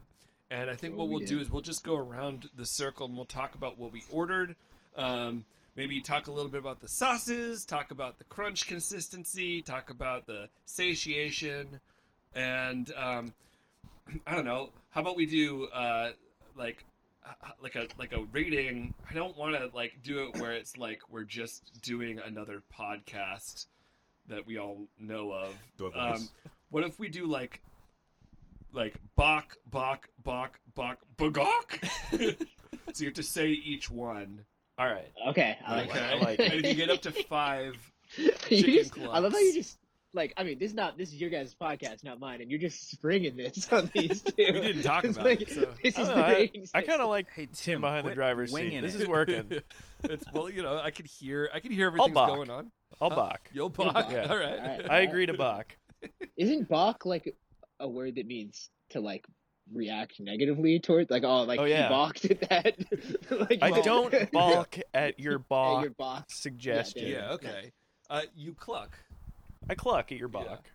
A: and I think
D: Oh,
A: what
D: we
A: we'll do
D: did.
A: is we'll just go around the circle and we'll talk about what we ordered. Um, maybe talk a little bit about the sauces, talk about the crunch consistency, talk about the satiation, and um, I don't know. How about we do uh, like uh, like a like a rating. I don't want to like do it where it's like we're just doing another podcast that we all know of. Um, what if we do like like bok bok bok bok bagok? so you have to say each one.
C: All right.
D: okay, I like
A: Uh, okay.
D: that.
C: like it.
A: and if you get up to five,
D: You
A: chicken
D: just- I
A: clubs.
D: love how you just like. I mean, this is not this is your guys' podcast, not mine, and you're just springing this on these two.
A: we didn't talk
D: It's
A: about
D: like,
A: it. So.
D: This
C: I
D: is
C: don't
D: the
C: know,
D: rating
C: I kind of like
B: Hey Tim,
C: him behind the
B: quit
C: driver's seat.
B: winging
C: This
B: it.
C: is working.
A: it's well, you know, I could hear, I could hear everything's
C: bok.
A: going on.
C: I'll balk.
A: Yo,
D: bok.
A: bok.
C: Yeah.
A: All right.
D: All right.
C: I agree to balk.
D: Isn't Bach like a word that means to like react negatively toward? Like, oh, like
C: Oh,
D: he
C: yeah.
D: balked at that. like,
C: I
D: balked-
C: don't balk at your
D: at
C: balk
D: your Bach.
C: suggestion.
A: Yeah. Okay. Uh, you cluck.
C: I cluck at your
A: Yeah.
C: balk.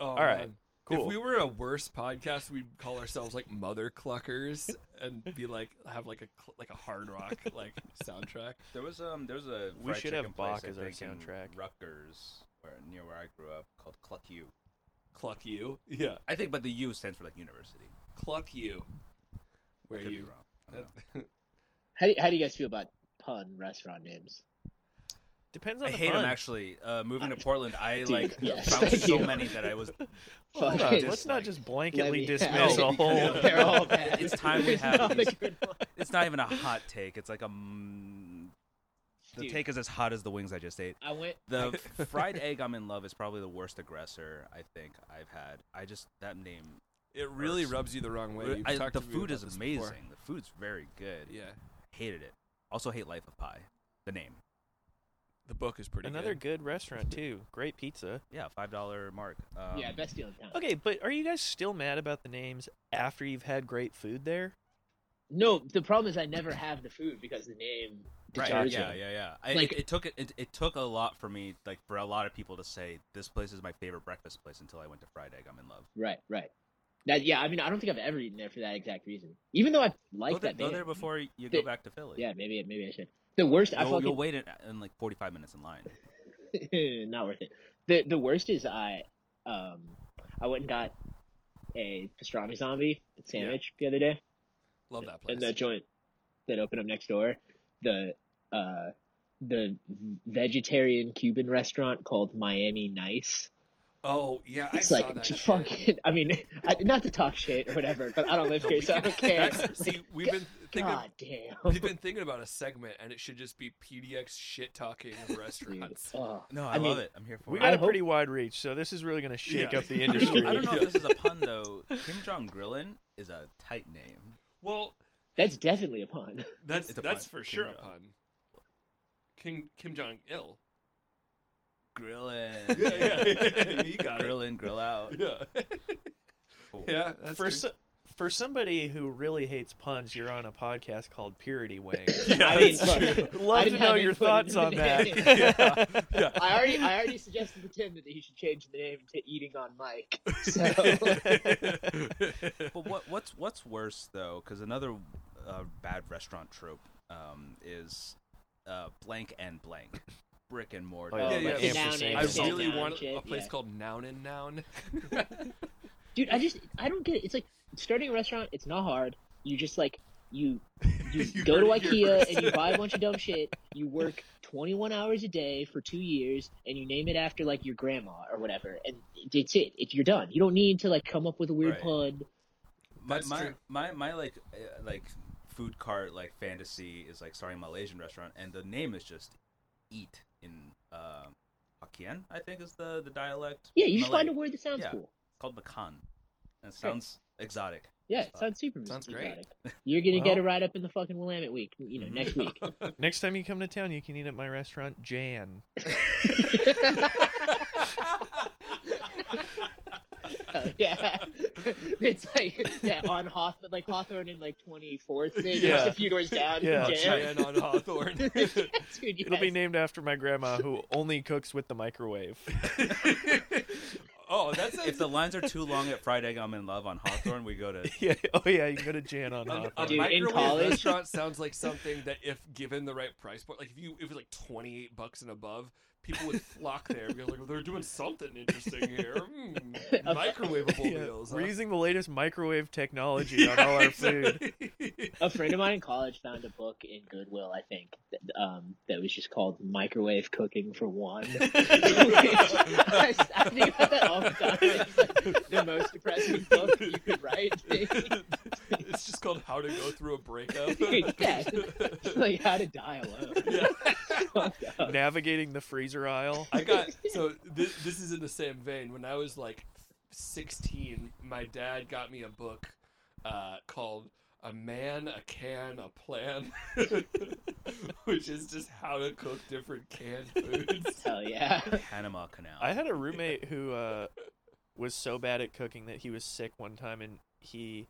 A: Oh,
C: All right.
A: man.
C: Cool.
A: If we were a worse podcast, we'd call ourselves like Mother Cluckers and be like have like a cl- like a hard rock like soundtrack.
B: There was um there was a
C: We
B: fried
C: should have
B: chicken place,
C: Bach
B: I
C: as our
B: think, in
C: soundtrack.
B: Rutgers, where, near where I grew up, called Cluck U.
A: Cluck you, yeah,
B: I think, but the U stands for like university.
A: cluck you. Where
B: Could be
A: you?
B: wrong. I don't know.
D: How do, how do you guys feel about pun restaurant names?
C: Depends on
B: I
C: the
B: hate
C: fun.
B: them actually. Uh, moving to Portland, I
D: Dude,
B: like
D: yes,
B: found
D: thank
B: so
D: you.
B: many that I was.
C: Hold
D: Fuck.
C: on,
B: Just
C: let's
B: like-
C: not just blanketly
D: Let me-
C: dismiss
B: No,
C: a whole.
B: because-
D: They're all bad.
B: It's time we
D: It's
B: have
D: not a
B: these.
D: good one.
B: It's not even a hot take. It's like a. Mm, the
D: Dude.
B: take is as hot as the wings I just ate.
D: I went.
B: The fried egg I'm in love is probably the worst aggressor I think I've had. I just that name.
A: It really
B: First.
A: rubs you the wrong way. You've
B: I-
A: talked
B: the
A: to me
B: food
A: about
B: is
A: this before.
B: amazing. The food's very good.
A: Yeah,
B: Hated it. Also hate Life of Pi. The name.
A: the book is pretty.
C: Another
A: good.
C: good restaurant too. Great pizza.
B: Yeah, five dollar mark. Um,
D: yeah, best deal in town.
C: Okay, but are you guys still mad about the names after you've had great food there?
D: No, the problem is I never have the food because the name.
B: Right. Yeah,
D: deters
B: yeah,
D: it.
B: yeah. I,
D: Like-
B: it, it took it, it took a lot for me, like for a lot of people to say this place is my favorite breakfast place until I went to Fried Egg. I'm in love.
D: Right, right. That yeah, I mean, I don't think I've ever eaten there for that exact reason. Even though I like
B: go, there,
D: that
B: go
D: band.
B: there before you
D: They-
B: go back to Philly.
D: Yeah, maybe maybe I should. The worst I
B: you'll,
D: fucking
B: you'll wait in, in like 45 minutes in line.
D: not worth it. The the worst is I um I went and got a pastrami zombie sandwich the other day
A: Love that place.
D: in that joint that opened up next door. The uh the vegetarian Cuban restaurant called Miami Nice.
A: oh yeah, I
D: It's
A: saw
D: like
A: that.
D: just
A: shit.
D: fucking. I mean, I, not to talk shit or whatever, but I don't live
A: No,
D: here,
A: we
D: so I
A: can-
D: don't care.
A: that's-
D: Like,
A: see, we've been thinking.
D: God damn.
A: We've been thinking about a segment, and it should just be PDX shit talking of
D: Dude,
A: restaurants.
D: oh.
B: No, I,
D: I
B: love
D: mean,
B: it. I'm here for
C: We
B: it.
D: I
C: got a
D: hope-
C: pretty wide reach, so this is really going to shake
A: Yeah.
C: up the
A: I don't-
B: I
C: industry.
B: don't know if this is a pun though. Kim Jong Grillin is a tight name.
A: Well,
D: That's definitely a pun.
A: That's
B: It's a
A: that's
B: pun.
A: for
B: Kim
A: sure a
B: Jong.
A: pun. Kim Kim Jong Il.
B: Grillin.
A: you got it.
B: Grill in, grill out.
A: Yeah,
B: Cool.
A: yeah. That's
C: for
A: true.
C: so, for somebody who really hates puns, you're on a podcast called Purity Wing.
A: Yeah,
D: I mean,
A: that's
D: look,
A: true.
C: Love to
D: didn't
C: know
D: have
C: your
D: input
C: thoughts
D: into the
C: on that.
D: name.
A: Yeah, yeah.
D: I already, I already suggested to Tim that he should change the name to Eating on Mike. So
B: But what what's what's worse though? Because another uh, bad restaurant trope um, is uh, blank and blank, brick and mortar.
C: Oh, yeah,
A: Yeah, yeah.
C: Like
D: uh, Noun
C: emphasis.
D: and
A: I
D: Salt
A: really
D: Noun
A: want
D: shit,
A: a place
D: yeah.
A: called Noun and Noun.
D: dude, I just, I don't get it. It's like starting a restaurant. It's not hard. You just like you you,
A: You
D: go to
A: heard it here
D: IKEA
A: first.
D: and you buy a bunch of dumb shit. You work 21 hours a day for two years, and you name it after like your grandma or whatever, and that's it. If you're done, you don't need to like come up with a weird
B: Right.
D: pun.
B: my
A: That's
B: my,
A: true.
B: my my like uh, like food cart like fantasy is like starting a Malaysian restaurant, and the name is just Eat in uh, Hokkien, I think is the the dialect.
D: Yeah, you just
B: Malay.
D: find a word that sounds
B: Yeah.
D: cool.
B: It's called Makan, and it sounds exotic.
D: Yeah, it
B: Fuck.
D: sounds super.
A: Sounds great.
D: exotic. You're gonna get a
C: Well-
D: ride up in the fucking Willamette week, you know, next week.
C: Next time you come to town, you can eat at my restaurant, Jan.
D: yeah, it's like yeah on Hawthorne, like Hawthorne in like 24th, maybe
C: Yeah.
D: just a few doors down. from
C: Yeah.
D: Jan.
A: Cheyenne on Hawthorne.
D: Dude,
C: It'll be
D: yes.
C: named after my grandma, who only cooks with the microwave.
A: oh, that's
B: if the lines are too long at Fried Egg I'm in Love on Hawthorne, we go to
C: yeah. Oh yeah, you can go to Jan on
A: A,
C: Hawthorne.
A: a
D: Dude, in
A: microwave
D: college-
A: restaurant sounds like something that, if given the right price point, like if you if it was like twenty eight bucks and above, people would flock there because like well, they're doing something interesting here. Mm, microwavable
C: Yeah,
A: meals. huh?
C: We're using the latest microwave technology on all our food.
A: food.
D: a friend of mine in college found a book in Goodwill, I think, that, um, that was just called "Microwave Cooking for One." Which, I, I think about that all the time. It's like the most depressing book you could write.
A: it's just called How to Go Through a Breakup.
D: yeah, like how to die alone.
A: Yeah.
D: Fucked up.
C: Navigating the freezer aisle.
A: I got so this, this is in the same vein. When I was like 16, my dad got me a book uh, called "A Man, a Can, a Plan," which is just how to cook different canned foods.
D: Hell yeah.
B: Panama Canal.
C: I had a roommate who uh, was so bad at cooking that he was sick one time, and he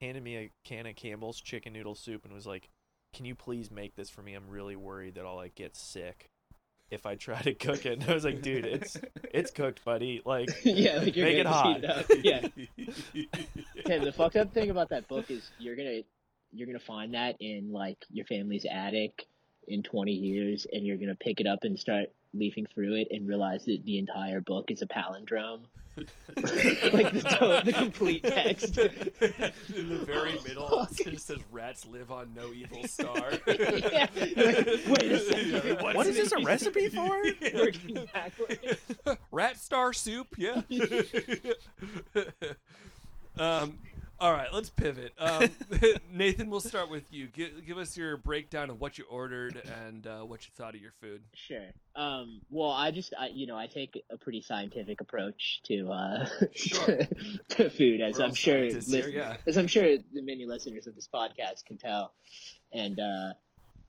C: handed me a can of Campbell's chicken noodle soup and was like, "Can you please make this for me? I'm really worried that I'll like get sick if I try to cook it." And I was like, "Dude, it's it's cooked, buddy. Like,
D: yeah, like you're
C: Make it
D: gonna
C: hot.
D: heat it up. Yeah. Tim, the fucked up thing about that book is you're gonna you're gonna find that in like your family's attic in 20 years, and you're gonna pick it up and start leafing through it and realize that the entire book is a palindrome. Like the to- the complete text.
A: In the very middle, it just says "Rats live on no evil star."
D: Yeah, like, wait a second,
A: Yeah,
D: what
C: what
A: what's
C: is this a
A: it?
C: recipe for?"
D: Working backwards.
A: Rat star soup, yeah. um, all right, let's pivot. Um, Nathan, we'll start with you. Give, give us your breakdown of what you ordered and uh, what you thought of your food.
D: Sure. Um, well, I just, I, you know, I take a pretty scientific approach to uh,
A: Sure.
D: to food, as
A: We're all
D: I'm sure,
A: scientists here,
D: listen-
A: yeah.
D: as I'm sure the many listeners of this podcast can tell. And uh,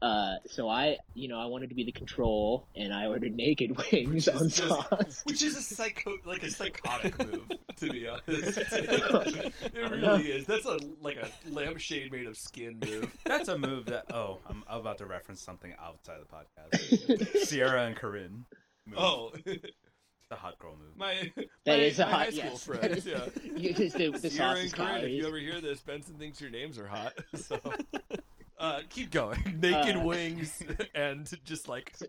D: uh, so I, you know, I wanted to be the control, and I ordered naked wings
A: Which is
D: on
A: just-
D: sauce.
A: Which is a psycho, like a psychotic move, to be honest.
D: It
A: it
D: know.
A: really is. That's a like a lampshade made of skin move.
B: That's a move that oh, I'm about to reference something outside the podcast. Sierra and Corinne. Move.
A: Oh,
B: the hot girl move.
A: my
D: That
A: my,
D: is a
A: my
D: hot
A: high school
D: yes. That
A: friends.
D: is-
A: Yeah.
D: you- 'cause the, the
A: Sierra
D: sauce is
A: and Corinne, if
D: calories.
A: you ever hear this, Benson thinks your names are hot. So, uh, keep going. Naked
D: Uh,
A: wings and just like f-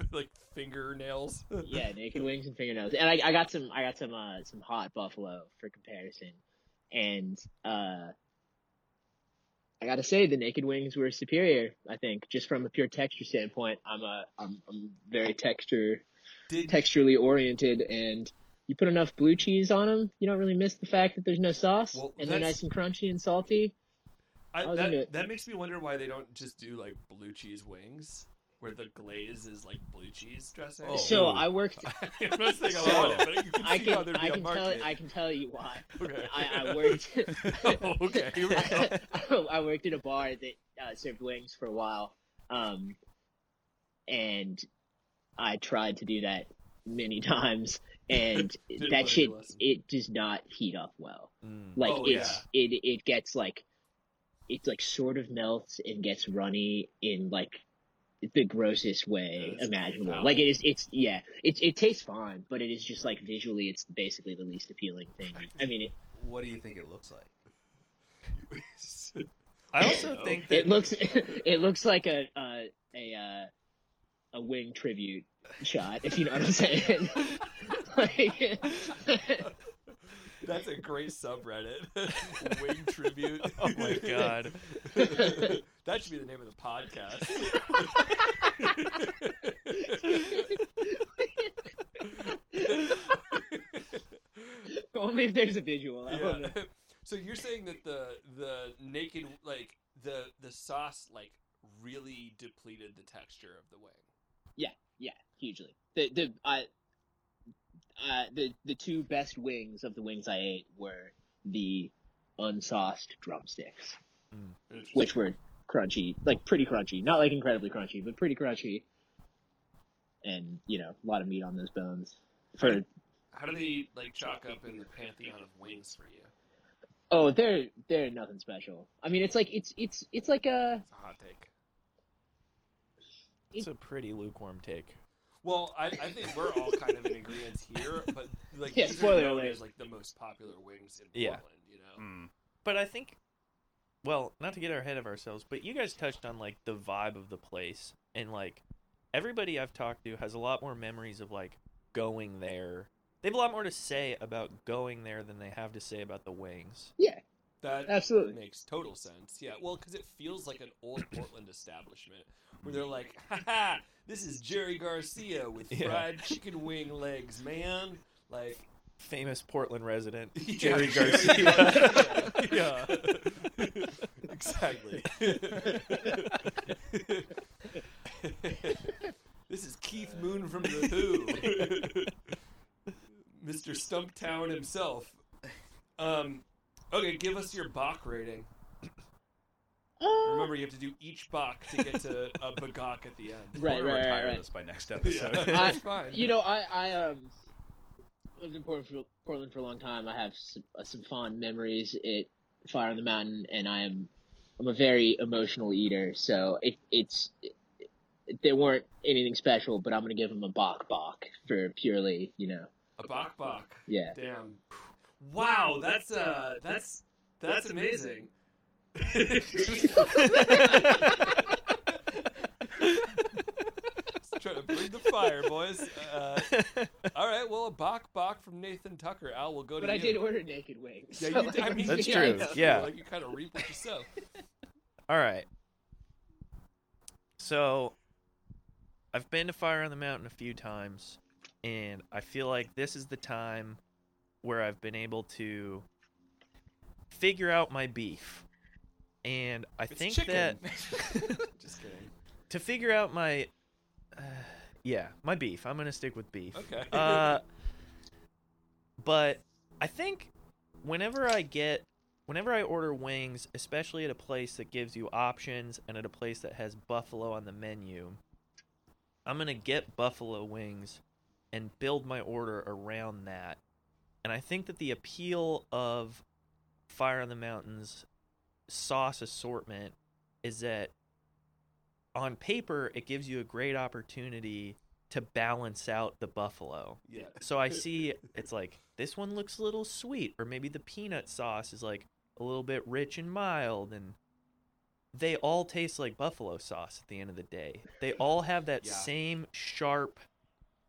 A: f- like fingernails.
D: yeah, naked wings and fingernails. And I, I got some I got some uh some hot buffalo for comparison. And uh I gotta say the naked wings were superior, I think, just from a pure texture standpoint. I'm a I'm I'm very texture
A: Did
D: texturally oriented and you put enough blue cheese on them, you don't really miss the fact that there's no sauce
A: Well,
D: and they're
A: that's-
D: nice and crunchy and salty.
A: I,
D: I was into
A: that,
D: it.
A: that makes me wonder why they don't just do like blue cheese wings, where the glaze is like blue cheese dressing.
B: Oh.
D: so
B: Ooh.
D: I worked
A: I'm not saying I
D: So,
A: want it, but you can
D: I
A: see how
D: can
A: there'd
D: I
A: be a
D: can tell
A: market.
D: I can tell you why.
A: Okay.
D: I, I worked
A: oh, okay. Here we go.
D: I worked at a bar that uh, served wings for a while, um, and I tried to do that many times, and
A: Didn't learn
D: that shit
A: your lesson.
D: it does not heat up well.
C: Mm.
D: Like
A: Oh,
D: it's it it gets like it like sort of melts and gets runny in like the grossest
A: Yeah,
D: way
A: that's
D: imaginable.
A: foul.
D: Like it is it's yeah, it it tastes fine, but it is just like visually it's basically the least appealing thing. I mean it
B: What do you think it looks like?
C: I also think that
D: It looks it looks like a uh, a uh, a wing tribute shot, if you know what I'm saying. like,
A: That's a great subreddit. Wing tribute.
C: Oh my god.
A: that should be the name of the podcast.
D: Only if there's a visual. I don't
A: yeah.
D: know.
A: So you're saying that the the naked like the the sauce like really depleted the texture of the wing.
D: Yeah, hugely. The the I uh, the the two best wings of the wings I ate were the unsauced drumsticks, which were crunchy, like pretty crunchy, not like incredibly crunchy, but pretty crunchy, and you know a lot of meat on those bones. For
A: How do they like chalk up in the pantheon of wings for you?
D: oh, they're they're nothing special. I mean, it's like it's it's it's like a
A: It's a hot take.
C: It's a pretty lukewarm take.
A: Well, I, I think we're all kind of in agreement here, but like
D: Yeah,
A: these are
D: spoiler
A: known
D: alert.
A: as like the most popular wings in
C: Yeah.
A: Portland, you know.
B: Mm.
C: But I think well, not to get ahead of ourselves, but you guys touched on like the vibe of the place and like everybody I've talked to has a lot more memories of like going there. They have a lot more to say about going there than they have to say about the wings.
D: yeah,
A: That
D: absolutely.
A: makes total sense. Yeah, well, because it feels like an old Portland establishment where they're like, "Ha ha, this is Jerry Garcia with
C: Yeah.
A: fried chicken wing legs, man." Like
C: Famous Portland resident
A: yeah,
C: Jerry
A: Jerry
C: Garcia.
A: Garcia. yeah, exactly. this is Keith Moon from the Who. Mr. Stumptown himself. Um, okay, give us your Bach rating.
D: Uh,
A: Remember, you have to do each Bach to get to a Bagok at the end.
D: Uh, Right,
B: We're
D: right, right,
B: retire
D: right.
B: this by next
A: Yeah,
B: episode.
A: that's fine.
D: You know, I I um lived in Portland for, Portland for a long time. I have some, uh, some fond memories at Fire on the Mountain, and I am I'm a very emotional eater. So it it's it, they weren't anything special, but I'm gonna give them a bok bok for purely you know
A: a Bach Bach.
D: yeah.
A: Damn. Wow, that's uh, that's that's amazing. Just trying to breathe the fire, boys. Uh, all right, well, a Bach Bach from Nathan Tucker. Al, we'll go to
D: But I
A: you.
D: did order naked wings.
A: Yeah,
D: so,
A: you did. I
D: like,
A: mean,
C: That's
A: yeah,
C: true,
D: I know.
C: yeah.
A: Like you kind of reap what you sow.
C: All right. So, I've been to Fire on the Mountain a few times, and I feel like this is the time where I've been able to figure out my beef. And I
A: It's
C: think
A: chicken.
C: that
A: Just kidding.
C: to figure out my, uh, yeah, my beef, I'm gonna stick with beef.
A: Okay.
C: Uh, but I think whenever I get, whenever I order wings, especially at a place that gives you options and at a place that has buffalo on the menu, I'm gonna get buffalo wings and build my order around that. And I think that the appeal of Fire on the Mountains sauce assortment is that on paper it gives you a great opportunity to balance out the buffalo
A: yeah.
C: so I see it's like this one looks a little sweet, or maybe the peanut sauce is like a little bit rich and mild, and they all taste like buffalo sauce at the end of the day. They all have that
A: Yeah.
C: same sharp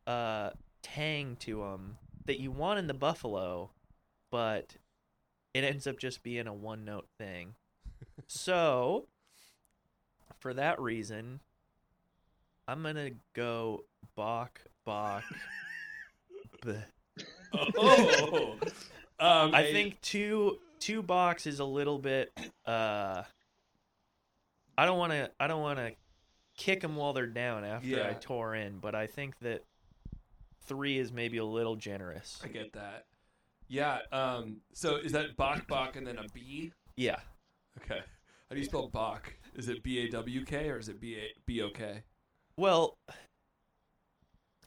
C: uh, tang to them that you want in the buffalo, but it ends up just being a one note thing. so, for that reason, I'm gonna go Bach Bach. bleh.
A: Oh. Um,
C: I think two two box is a little bit. Uh, I don't want to. I don't want to kick them while they're down after I
A: Yeah.
C: tore in, but I think that three is maybe a little generous.
A: I get that. Yeah. Um. So is that Bach Bach and then a B?
C: Yeah,
A: Okay. How do you spell Bach? Is it B A W K or is it B A B O K?
C: Well,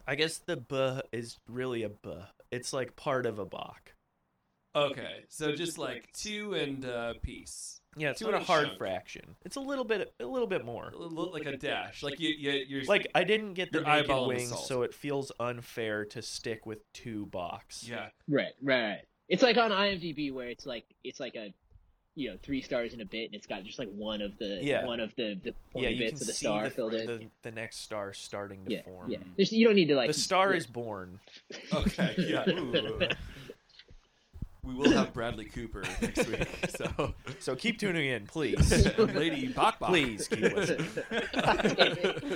C: I guess the buh is really a buh. It's like part of a bach.
A: Okay. So just like two and uh, piece,
C: Yeah, it's
A: Two
C: not a
A: and a
C: hard
A: chunk.
C: fraction. It's a little bit, a little bit more.
A: A little- like a dash. Like you, you you're
C: Like I didn't get the
A: You're
C: naked
A: eyeballing the
C: wings,
A: salt.
C: so it feels unfair to stick with two box.
A: yeah.
D: Right, right, right. It's like on IMDb where it's like it's like a you know three stars in a bit, and it's got just like one of the
C: Yeah.
D: one of the the
C: yeah,
D: pointy
C: you can
D: bits of the
C: see
D: star
C: the,
D: filled in.
C: the, the next star starting to
D: yeah,
C: form.
D: yeah. There's, you don't need to like
C: The star
D: yeah.
C: is born.
A: Okay. Yeah. Ooh. we will have Bradley Cooper next week. So
C: So keep tuning in, please.
A: Lady Bach Bach.
C: Please keep listening.
D: Uh,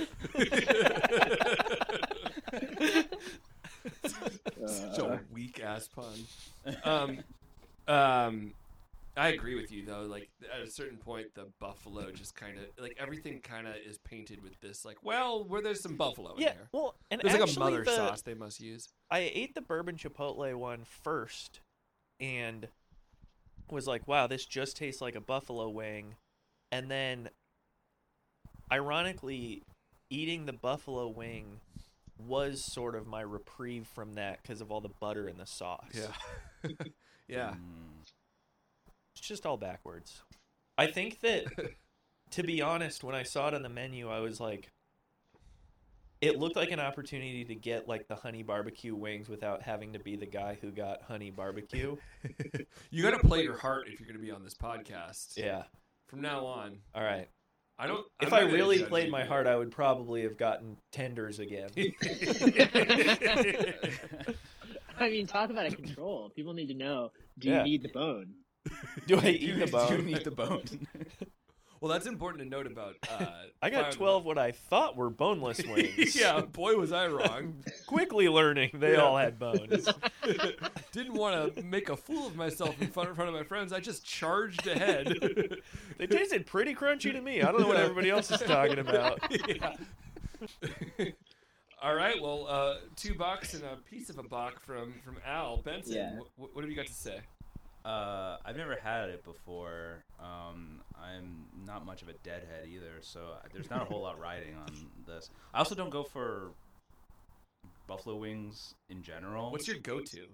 A: Such
C: Uh-huh.
A: a weak ass pun. Um, um, I agree with you though. Like at a certain point, the buffalo just kind of like everything kind of is painted with this. Like, well, where there's some buffalo in
C: yeah,
A: there.
C: well, and
A: There's like a
C: actually
A: mother
C: the,
A: sauce they must use.
C: I ate the bourbon chipotle one first and was like, wow, this just tastes like a buffalo wing. And then, ironically, eating the buffalo wing was sort of my reprieve from that because of all the butter in the sauce.
A: Yeah, yeah.
B: Mm.
C: It's just all backwards. I think that, to be honest, when I saw it on the menu, I was like, it looked like an opportunity to get like the honey barbecue wings without having to be the guy who got honey barbecue.
A: you got to play your heart if you're going to be on this podcast.
C: Yeah.
A: From now on,
C: All right.
A: I don't.
C: If
A: I'm
C: I
A: not gonna
C: really
A: judge
C: played
A: you.
C: my heart, I would probably have gotten tenders again.
D: I mean, talk about a control. People need to know. Do
C: Yeah.
D: you need the bone?
C: Do I
B: You
C: eat the
B: You
C: bone?
B: need the bone.
A: well, that's important to note about. Uh,
C: I got
A: fireworks.
C: 12 what I thought were boneless wings.
A: yeah, boy, was I wrong.
C: Quickly learning they
A: Yeah.
C: all had bones.
A: Didn't want to make a fool of myself in front, in front of my friends. I just charged ahead.
C: they tasted pretty crunchy to me. I don't know what everybody else is talking about.
A: Yeah. All right. Well, uh, two bucks and a piece of a buck from from Al Benson.
D: Yeah.
A: wh- wh- what have you got to say?
B: Uh, I've never had it before. Um, I'm not much of a deadhead either, so there's not a whole lot riding on this. I also don't go for buffalo wings in general.
A: What's your go-to?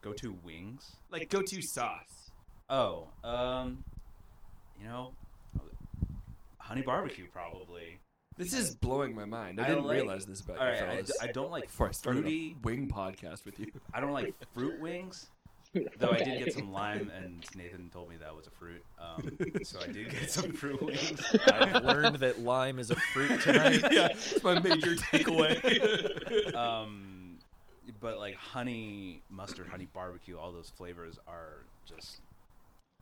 B: go-to wings?
A: Like go-to sauce?
B: Oh, um, you know, honey barbecue probably.
A: This is blowing my mind. I,
B: I
A: didn't
B: like-
A: realize this about
B: All
A: you
B: right, I,
A: fellas.
B: d- I don't like
A: Before I started
B: fruity.
A: a wing podcast with you.
B: I don't like fruit wings, though I did get some lime, and Nathan told me that was a fruit. Um, so I did get some fruit wings.
C: I've learned that lime is a fruit tonight.
A: yeah, it's my major takeaway.
B: um, but like honey mustard, honey barbecue, all those flavors are just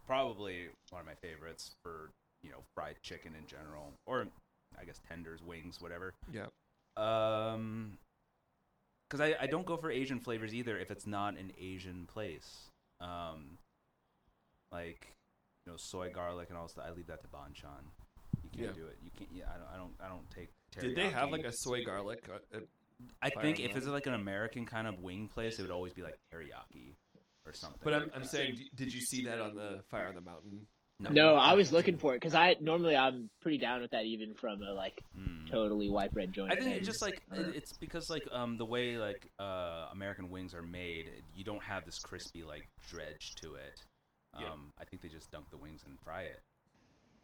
B: probably one of my favorites for you know fried chicken in general, or I guess tenders, wings, whatever.
A: Yeah.
B: Um, because I I don't go for Asian flavors either if it's not an Asian place. Um, like you know soy garlic and all stuff. I leave that to banchan. You can't
A: Yeah.
B: do it. You can't. Yeah, I don't. I don't. I don't take.
A: Did they have
B: teriyaki.
A: like a soy garlic? Uh, uh,
B: I
A: Fire
B: think
A: and
B: if it's like an American kind of wing place, it would always be like teriyaki or something.
A: But I'm,
B: like
A: I'm
B: that.
A: saying, d- did you see that on the Fire on the Mountain?
D: No, I was looking for it because I normally I'm pretty down with that, even from a like
B: Mm.
D: totally white bread joint.
B: I think
D: and-
B: it's just like
D: uh,
B: it- it's because like um the way like uh American wings are made, you don't have this crispy like dredge to it. Um,
A: Yeah.
B: I think they just dunk the wings and fry it.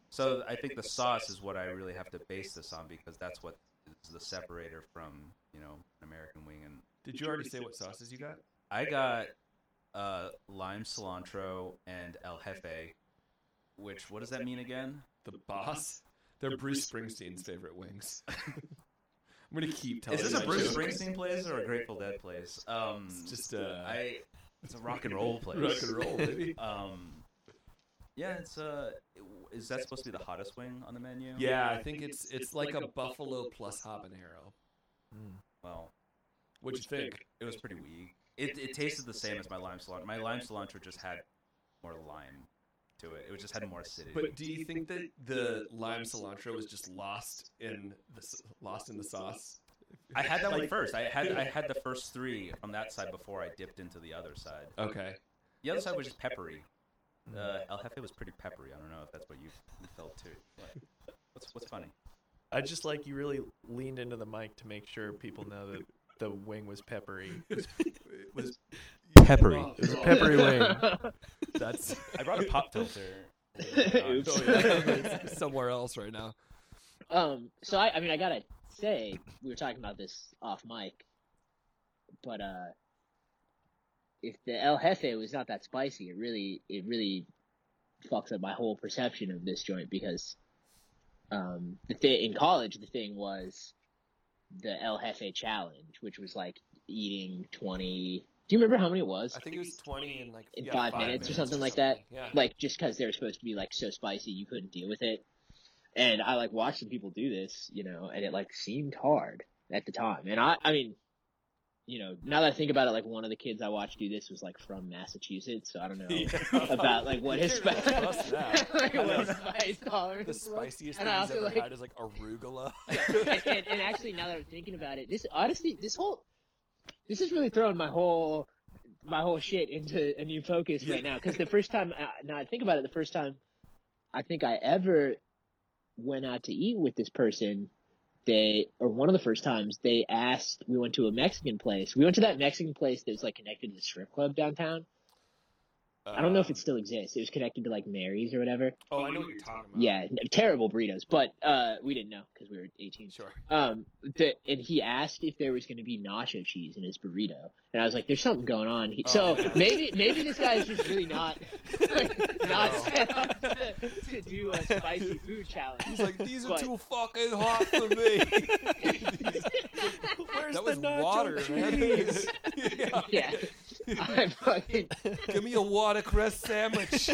B: So I think the sauce is what I really have to base this on because that's what is the separator from you know an American wing and
A: Did you already say what sauces you got?
B: I got uh, lime cilantro and El Jefe, which what does that mean again?
A: The Boss. They're Bruce Springsteen's favorite wings. I'm gonna keep telling.
B: Is this
A: you
B: a
A: that
B: Bruce
A: joke.
B: Springsteen place or a Grateful Dead place? Um,
A: It's just a
B: I, it's a rock and roll place.
A: rock and roll, baby.
B: Um, yeah, it's uh, is that supposed to be the hottest wing on the menu?
A: Yeah, I think it's it's like a buffalo plus habanero.
C: Mm.
B: Well,
A: What'd you think?
B: it was pretty weak. It it tasted the same as my lime cilantro. My lime cilantro just had more lime to it. It just had more acidity.
A: But do you think that the lime cilantro was just lost in the s- lost in the sauce?
B: I had that one first. I had I had the first three on that side before I dipped into the other side.
A: Okay.
B: The other side was just peppery. Uh, El Jefe was pretty peppery. I don't know if that's what you you felt too. What- What's what's funny?
C: I just like you really leaned into the mic to make sure people know that the wing was peppery.
A: It was
B: Peppery.
A: It was
C: Peppery wing.
A: That's
B: I brought a pop filter.
D: Oops.
A: oh, yeah. It's somewhere else right now.
D: Um, so I, I mean, I gotta say, we were talking about this off mic, but uh, if the El Jefe was not that spicy, it really, it really fucks up my whole perception of this joint because, um, the thing in college, the thing was the El Jefe challenge, which was like eating twenty Do you remember how many it was?
A: I think it was twenty in like
D: In
A: yeah,
D: five minutes or something like that.
A: Yeah.
D: like just because they were supposed to be like so spicy you couldn't deal with it and i like watched some people do this you know and it like seemed hard at the time and i i mean you know now that i think about it like one of the kids i watched do this was like from massachusetts so i don't know about like what
A: You
D: his
A: can't really trust
D: spice
A: that.
D: like,
A: I
D: what
A: know.
D: his spice tolerance
A: the
D: was.
A: spiciest thing
D: And I
A: he's
D: also,
A: ever
D: like-
A: had is like arugula.
D: and, and, and actually, now that I'm thinking about it, this honestly, this whole, this is really throwing my whole, my whole shit into a new focus right now. Because the first time, I, now I think about it, the first time I think I ever went out to eat with this person, they or one of the first times they asked, we went to a Mexican place. We went to that Mexican place that's like connected to the strip club downtown. I don't know if it still exists. It was connected to like Mary's or whatever.
A: Oh, I know what you're talking about.
D: Yeah, terrible burritos, but uh, we didn't know because we were 18.
A: Sure.
D: Um, the, and he asked if there was going to be nacho cheese in his burrito, and I was like, "There's something going on." He,
A: Oh,
D: so
A: yeah.
D: maybe maybe this guy is just really not not set up to, to do a spicy food challenge.
A: He's like, these are
D: But-
A: too fucking hot for me.
C: Where's
A: that
C: the
A: was
C: nacho
A: water, man.
C: cheese?
A: Yeah.
D: yeah, I fucking
A: Give me a watercress sandwich.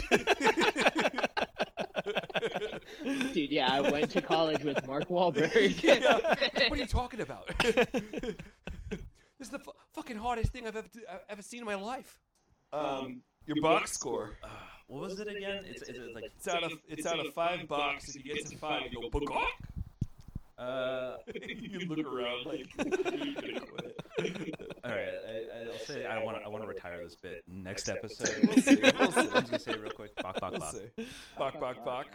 D: dude. Yeah, I went to college with Mark Wahlberg.
A: What are you talking about? this is the fu- fucking hardest thing I've ever, I've ever seen in my life.
F: Um,
A: Your,
F: Your
A: box,
F: box
A: score.
B: Uh, what was it again? It's, it's, it's like
A: It's out of it's out of five box. If you get to five, you go book
B: uh,
A: You look around like.
B: all right. I, I'll say I want I want to retire this bit. Next
F: Next
B: episode.
A: We'll see. We'll see.
B: I'm just gonna say it real quick. Bok bok
A: Let's
B: bok.
A: see. Bok bok bok.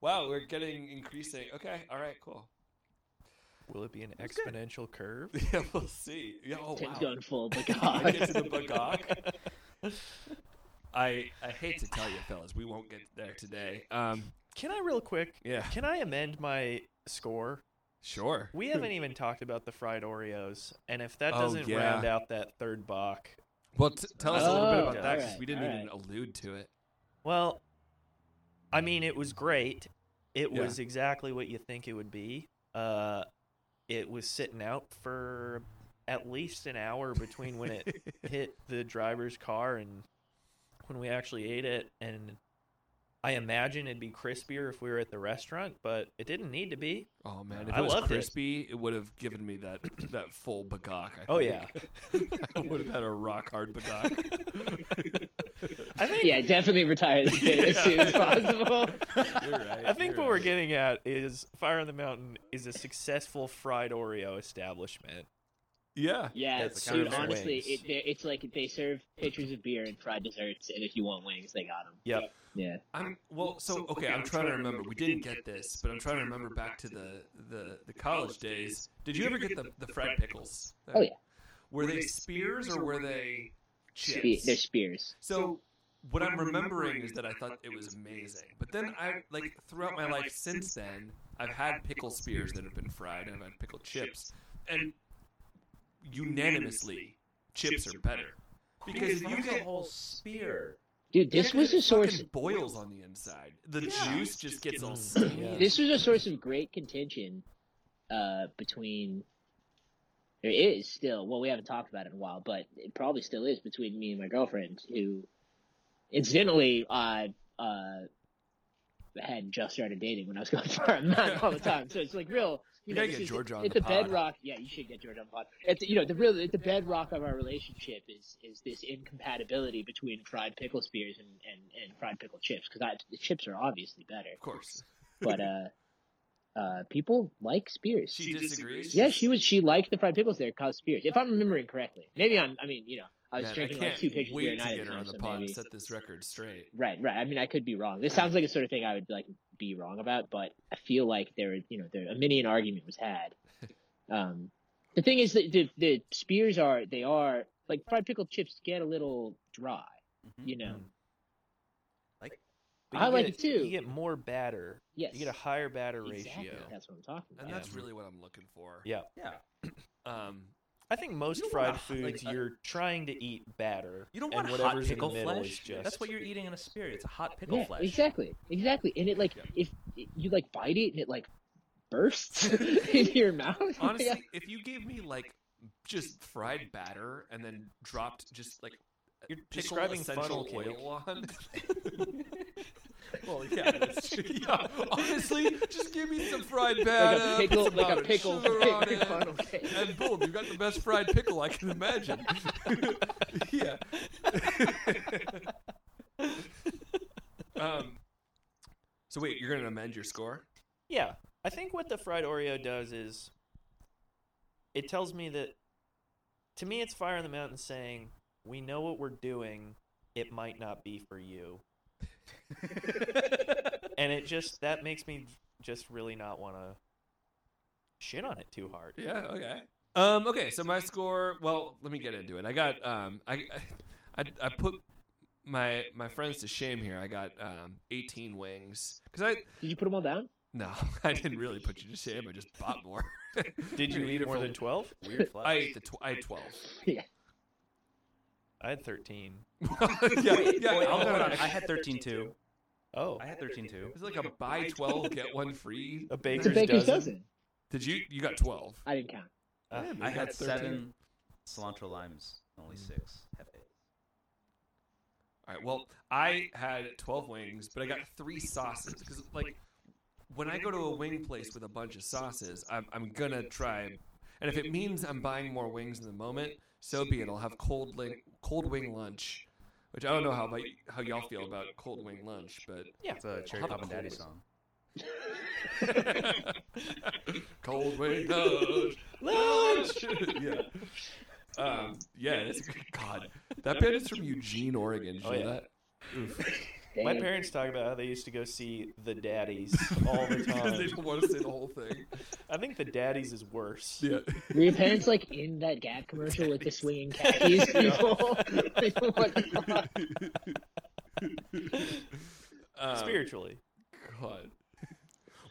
A: Wow, we're getting increasing. Okay, all right, cool.
C: Will it be an exponential curve?
A: Yeah, we'll see. Yeah, oh
D: Tim's
A: wow.
D: going full
A: I
D: bagog.
A: get to the Bagog. I I hate to tell you, fellas, we won't get there today. Um,
C: Can I real quick?
A: yeah,
C: Can I amend my score?
A: sure.
C: We haven't even talked about the fried Oreos, and if that
A: Oh,
C: doesn't
A: yeah.
C: round out that third box,
A: Well, t- tell us a little bit
D: Oh,
A: about that because
D: alright,
A: we didn't
D: alright.
A: even allude to it.
C: well, I mean, it was great. It
A: Yeah.
C: was exactly what you think it would be. Uh, it was sitting out for at least an hour between when it hit the driver's car and when we actually ate it and I imagine it'd be crispier if we were at the restaurant, but it didn't need to be.
A: Oh man, if
C: I
A: it was
C: loved it.
A: crispy, it, would have given me that that full Bagog. I
C: Oh,
A: think. I would have had a rock hard Bagog.
C: I think
D: Yeah, definitely retire this kid as soon as possible.
A: You're right.
C: I think
A: you're
C: what we're
A: right.
C: getting at is Fire on the Mountain is a successful fried Oreo establishment.
A: Yeah.
D: Yeah,
B: That's the kind
D: dude.
B: of thing.
D: Honestly,
C: Wings.
D: it, they- it's like they serve pitchers of beer and fried desserts, and if you want wings, they got them.
C: Yep.
D: Yeah.
A: I'm well. So okay, I'm trying to remember. We didn't get this, but I'm trying to remember back to the the the college days. Did you ever get the the fried pickles?
D: Oh, yeah.
A: Were they spears or were they
D: Spe- they're
A: chips?
D: spears.
A: So what I'm remembering is that I thought it was amazing, but then I like throughout my life since then, I've had pickle spears that have been fried, and I've had pickle chips, and unanimously, chips are better because if you get
B: whole spear.
D: Dude,
A: yeah,
D: this
A: 'cause
D: was
A: it
D: a source.
A: fucking boils on the inside. The
B: Yeah.
A: juice just gets all
C: Mm.
A: steamy.
C: Yeah.
D: This was a source of great contention uh, between. There is still. Well, we haven't talked about it in a while, but it probably still is between me and my girlfriend, who, incidentally, I uh, had just started dating when I was going for a man all the time. So it's like real. You,
A: You
D: know,
A: gotta
D: this
A: get
D: is-
A: Georgia on
D: it's
A: the
D: a
A: pod.
D: bedrock. Yeah, you should get Georgia on the pod. It's you know the real the bedrock of our relationship is is this incompatibility between fried pickle spears and and, and fried pickle chips because the chips are obviously better
A: Of course.
D: but uh, uh, people like Spears.
A: She disagrees.
D: yeah, she was. She liked the fried pickles there, cause Spears. If I'm remembering correctly, maybe I'm. I mean, you know, I was
A: Man,
D: drinking
A: can't
D: like two pictures of
A: wait
D: beer a
A: to
D: night at a
A: get her
D: time,
A: on the
D: so
A: pod and
D: maybe.
A: set this record straight.
D: Right, right. I mean, I could be wrong. This sounds like a sort of thing I would like be wrong about, but I feel like there, you know, there a mini an argument was had. Um, the thing is that the the Spears are they are like fried pickle chips get a little dry,
B: Mm-hmm.
D: you know.
A: Mm-hmm.
C: But
D: I
C: you
D: like
C: get-
D: it too.
C: You get more batter.
D: Yes,
C: You get a higher batter
D: exactly.
C: ratio.
D: That's what I'm talking about.
A: And
C: Yeah.
A: that's really what I'm looking for.
C: Yeah.
B: Yeah.
A: Um,
C: I think most
B: don't want
C: fried
B: a hot- like
C: foods
B: a-
C: you're trying to eat batter.
B: You don't
C: and
B: want hot
C: whatever's
B: pickle
C: in the middle
B: flesh.
C: Is just...
B: That's what you're eating in a spear. It's a hot pickle
D: yeah,
B: flesh.
D: Exactly, exactly. And it like
A: Yeah.
D: if you like bite it and it like bursts in your mouth.
A: honestly, if you gave me like just fried batter and then dropped just like
C: You're
A: pickle
C: describing
A: essential
C: funnel cake.
A: oil on. well, yeah, that's true. Yeah, honestly, just give me some fried batter, put
D: like a pickle,
A: some
D: like a
A: powdered
D: pickle,
A: sugar on
D: pickle
A: it,
D: funnel cake.
A: and boom, you got the best fried pickle I can imagine. yeah. um. So wait, you're gonna amend your score?
C: Yeah, I think what the fried Oreo does is it tells me that to me it's fire in the mountain saying we know what we're doing. It might not be for you, and it just that makes me just really not want to shit on it too hard.
A: Yeah. Okay. Um. Okay. So my score. Well, let me get into it. I got. Um. I. I, I put my my friends to shame here. I got um 18 wings because I
D: Did you put them all down?
A: no I didn't really put you to shame. I just bought more.
C: Did you eat more
A: for-
C: than twelve?
B: Weird flex.
A: I ate the tw- I had 12.
D: Yeah.
C: I had thirteen.
A: yeah. Yeah. I'll
B: hold
A: put
B: on.
A: on.
B: I had 13 too.
C: Oh,
B: I had 13 too.
A: It's like a buy 12 get one free.
D: It's
C: a
D: a
C: baker's,
D: baker's dozen.
C: dozen.
A: Did you you got 12?
D: I didn't count.
C: Uh,
A: Yeah,
B: I
A: maybe
B: had
A: 13.
B: seven cilantro limes, only six. Hefe.
A: All right. Well, I had 12 wings, but I got three sauces because, like, when I go to a wing place with a bunch of sauces, I'm, I'm going to try. And if it means I'm buying more wings in the moment, so be it. I'll have cold, link, cold wing lunch, which I don't know how, about, how y'all feel about cold wing lunch, but
B: It's a Cherry
A: How
B: Pop and Daddy
A: cool.
B: song.
A: Cold wing lunch. Lunch. yeah. Um, yeah. It's, God, that band is from Eugene, Oregon. Did you
C: Oh,
A: know
C: yeah.
A: that?
C: My
D: Dang.
C: parents talk about how they used to go see the daddies all the
A: Because they
C: time.
A: don't want to say the whole thing.
C: I think the daddies is worse.
A: Yeah.
D: Were your parents like in that Gap commercial with the swinging khakis Oh people? Like, what the fuck?
A: Um,
C: Spiritually.
A: God.